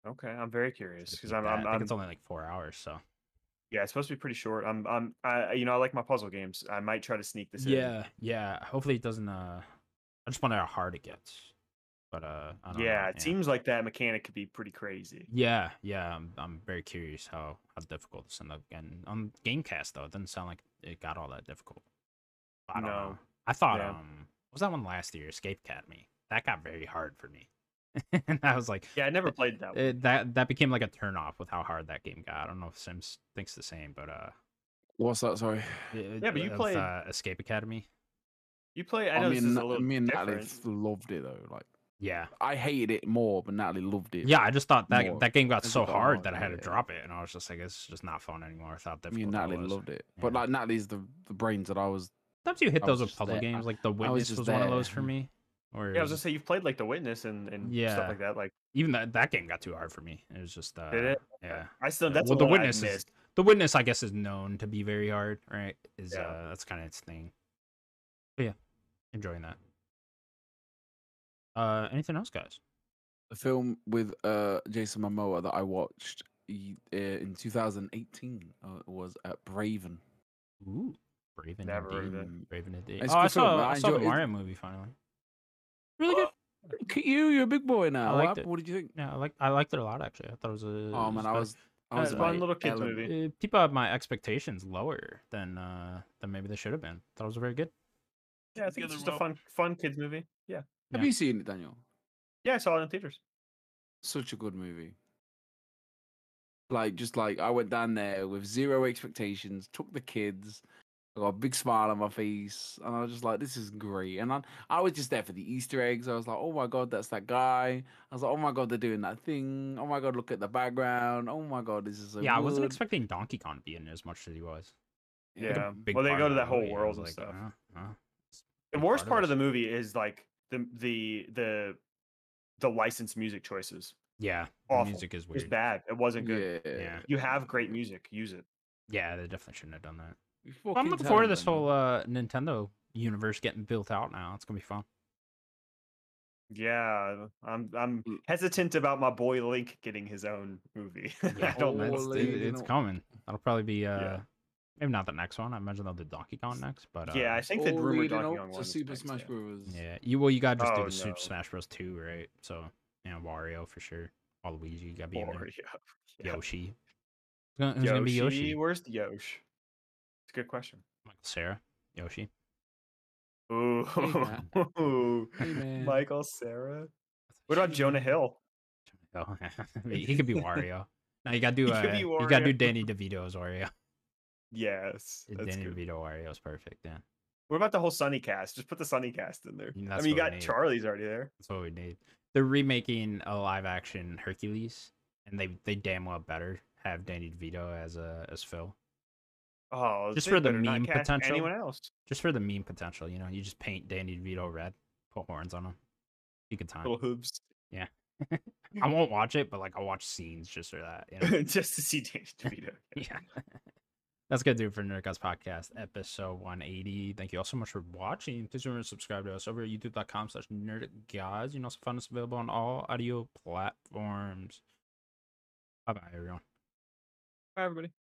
Okay, I'm very curious
Just
because
like
I'm.
that.
I'm,
I think
I'm
it's only like four hours, so
yeah, it's supposed to be pretty short. I'm. I'm. I. You know, I like my puzzle games. I might try to sneak this in.
yeah, yeah. Hopefully it doesn't. Uh, I just wonder how hard it gets, but uh, I don't know,
Yeah, it seems like that mechanic could be pretty crazy.
Yeah, yeah, I'm, I'm very curious how how difficult this ended up getting. On Gamecast though, it doesn't sound like it got all that difficult. I don't
No.
know. I thought
Yeah.
um what was that one last year, Escape Academy. That got very hard for me. <laughs> and I was like
Yeah, I never played that. One.
it, that that became like a turn off with how hard that game got. I don't know if Sims thinks the same, but uh
what's that? Sorry,
it-
Yeah, but you
of,
played-
uh, Escape Academy.
You play? I know
me
this
and,
is a
Na-
little
me and Natalie
different.
loved it though. Like
Yeah.
I hated it more, but Natalie loved it.
Yeah, I just thought that
More.
that game got
It's
so
about
hard
hard,
that I had to
yeah.
drop it and I was just like it's just not fun anymore without difficult.
me and Natalie loved it. But
Yeah.
like Natalie's the the brains that I was.
Sometimes you hit
I
those
was
with
just
puzzle
there-
games, like The
was
Witness was,
just
one of
there.
those for me. Or
Yeah, I was gonna say you've played like The Witness and and stuff
Yeah.
like that. Like
even that that game got too hard for me. It was just uh,
did it?
yeah.
I still.
Yeah,
That's
well,
the
The
Witness
Witness
I
is-
missed.
The Witness, I guess, is known to be very hard, right? Is
Yeah.
uh, that's kind of its thing. But yeah, enjoying that. Uh, anything else, guys?
The film with uh Jason Momoa that I watched y- uh, in 2018 uh, was at Braven.
Ooh, Braven
Never heard of
indeed.
that.
Mm.
Braven indeed.
It's
Oh, I
good film,
saw,
man.
I
I
saw the
enjoy- it-
Mario movie finally. Really good.
Look at you, you're a big boy now.
liked
what,
it.
hap- what did you think?
Yeah, I like I liked it a lot actually. I thought it was a.
Oh man, I
a-
was
Uh,
I was
it's
in
fun
my
little kids
element.
movie.
uh, people have my expectations lower than uh than maybe they should have been. Thought it was very good.
Yeah, I think it's
together
just a
well.
fun, fun kids movie. Yeah,
Have
Yeah.
you seen it, Daniel?
yeah, I saw it in theaters.
such a good movie. Like, just like I went down there with zero expectations, took the kids, I got a big smile on my face, and I was just like, this is great. And I, I was just there for the Easter eggs. I was like, oh my God, that's that guy. I was like, oh my God, they're doing that thing. Oh my God, look at the background. Oh my God, this is so
yeah, I wasn't
good."
expecting Donkey Kong to be in it as much as he was.
Yeah.
Like a big
Well, they
part
go
of
to
the
that whole
movie, and I
world
was
and
like, uh, uh, it's a
The
big
worst part of
this.
the movie is like the the the the licensed music choices.
yeah, the
Awful.
music is
It was
weird.
bad. It wasn't good.
Yeah.
Yeah.
You have great music. Use it.
Yeah, they definitely shouldn't have done that.
You fucking
Well, I'm looking
tell
forward to
them,
this
Daniel.
whole uh, Nintendo universe getting built out now. It's gonna be
<laughs>
fun.
Yeah, I'm I'm
Mm.
hesitant about my boy Link getting his own movie. <laughs>
Yeah,
I don't know.
it's,
what's
Holy-
it-
the-
you
it's
know-
coming. That'll probably be uh,
Yeah.
maybe not the next one. I imagine they'll do Donkey Kong next, but uh,
Yeah, I think the
All
rumor
leading
Donkey
up
Kong
to
one.
Super Smash Bros.
Yeah, you well, you gotta just do
Oh,
the
no.
Super Smash Bros. Two, right? So, yeah, Wario for sure. All Luigi gotta be in there.
Yeah.
Yoshi. Who's gonna, who's gonna be Yoshi?
Where's the Yosh? It's a good question.
Michael Sarah. Yoshi.
Ooh.
Matt.
Ooh. <laughs>
<laughs>
Hey, man.
Michael Sarah. What about Jonah Hill?
Oh, <laughs> he could be Wario. No, you gotta do
<laughs> He
uh,
could be
you gotta do
Wario.
Danny DeVito's
<laughs>
Wario.
Yes. That's
Danny
good.
DeVito Wario is perfect. Yeah,
What about the whole Sunny cast? Just put the Sunny cast in there.
Mm,
I
that's
mean, you
what we
got
need.
Charlie's already there.
that's what we need. They're remaking a live action Hercules, and they they damn well better have Danny DeVito as a as Phil,
Oh,
Just
they
for the
better not
meme
cast
potential.
Anyone else?
just for the meme potential. You know, you just paint Danny DeVito red, put horns on him. You could time.
Little hoops.
I won't watch it, but like I'll watch scenes just for that. You know?
<laughs> just to see
<laughs>
Danny DeVito.
yeah. That's gonna do it for Nerdcast Podcast, episode 180. Thank you all so much for watching. Please remember to subscribe to us over at youtube.com slash nerdguys. You can also find us available on all audio platforms. Bye bye, everyone.
Bye, everybody.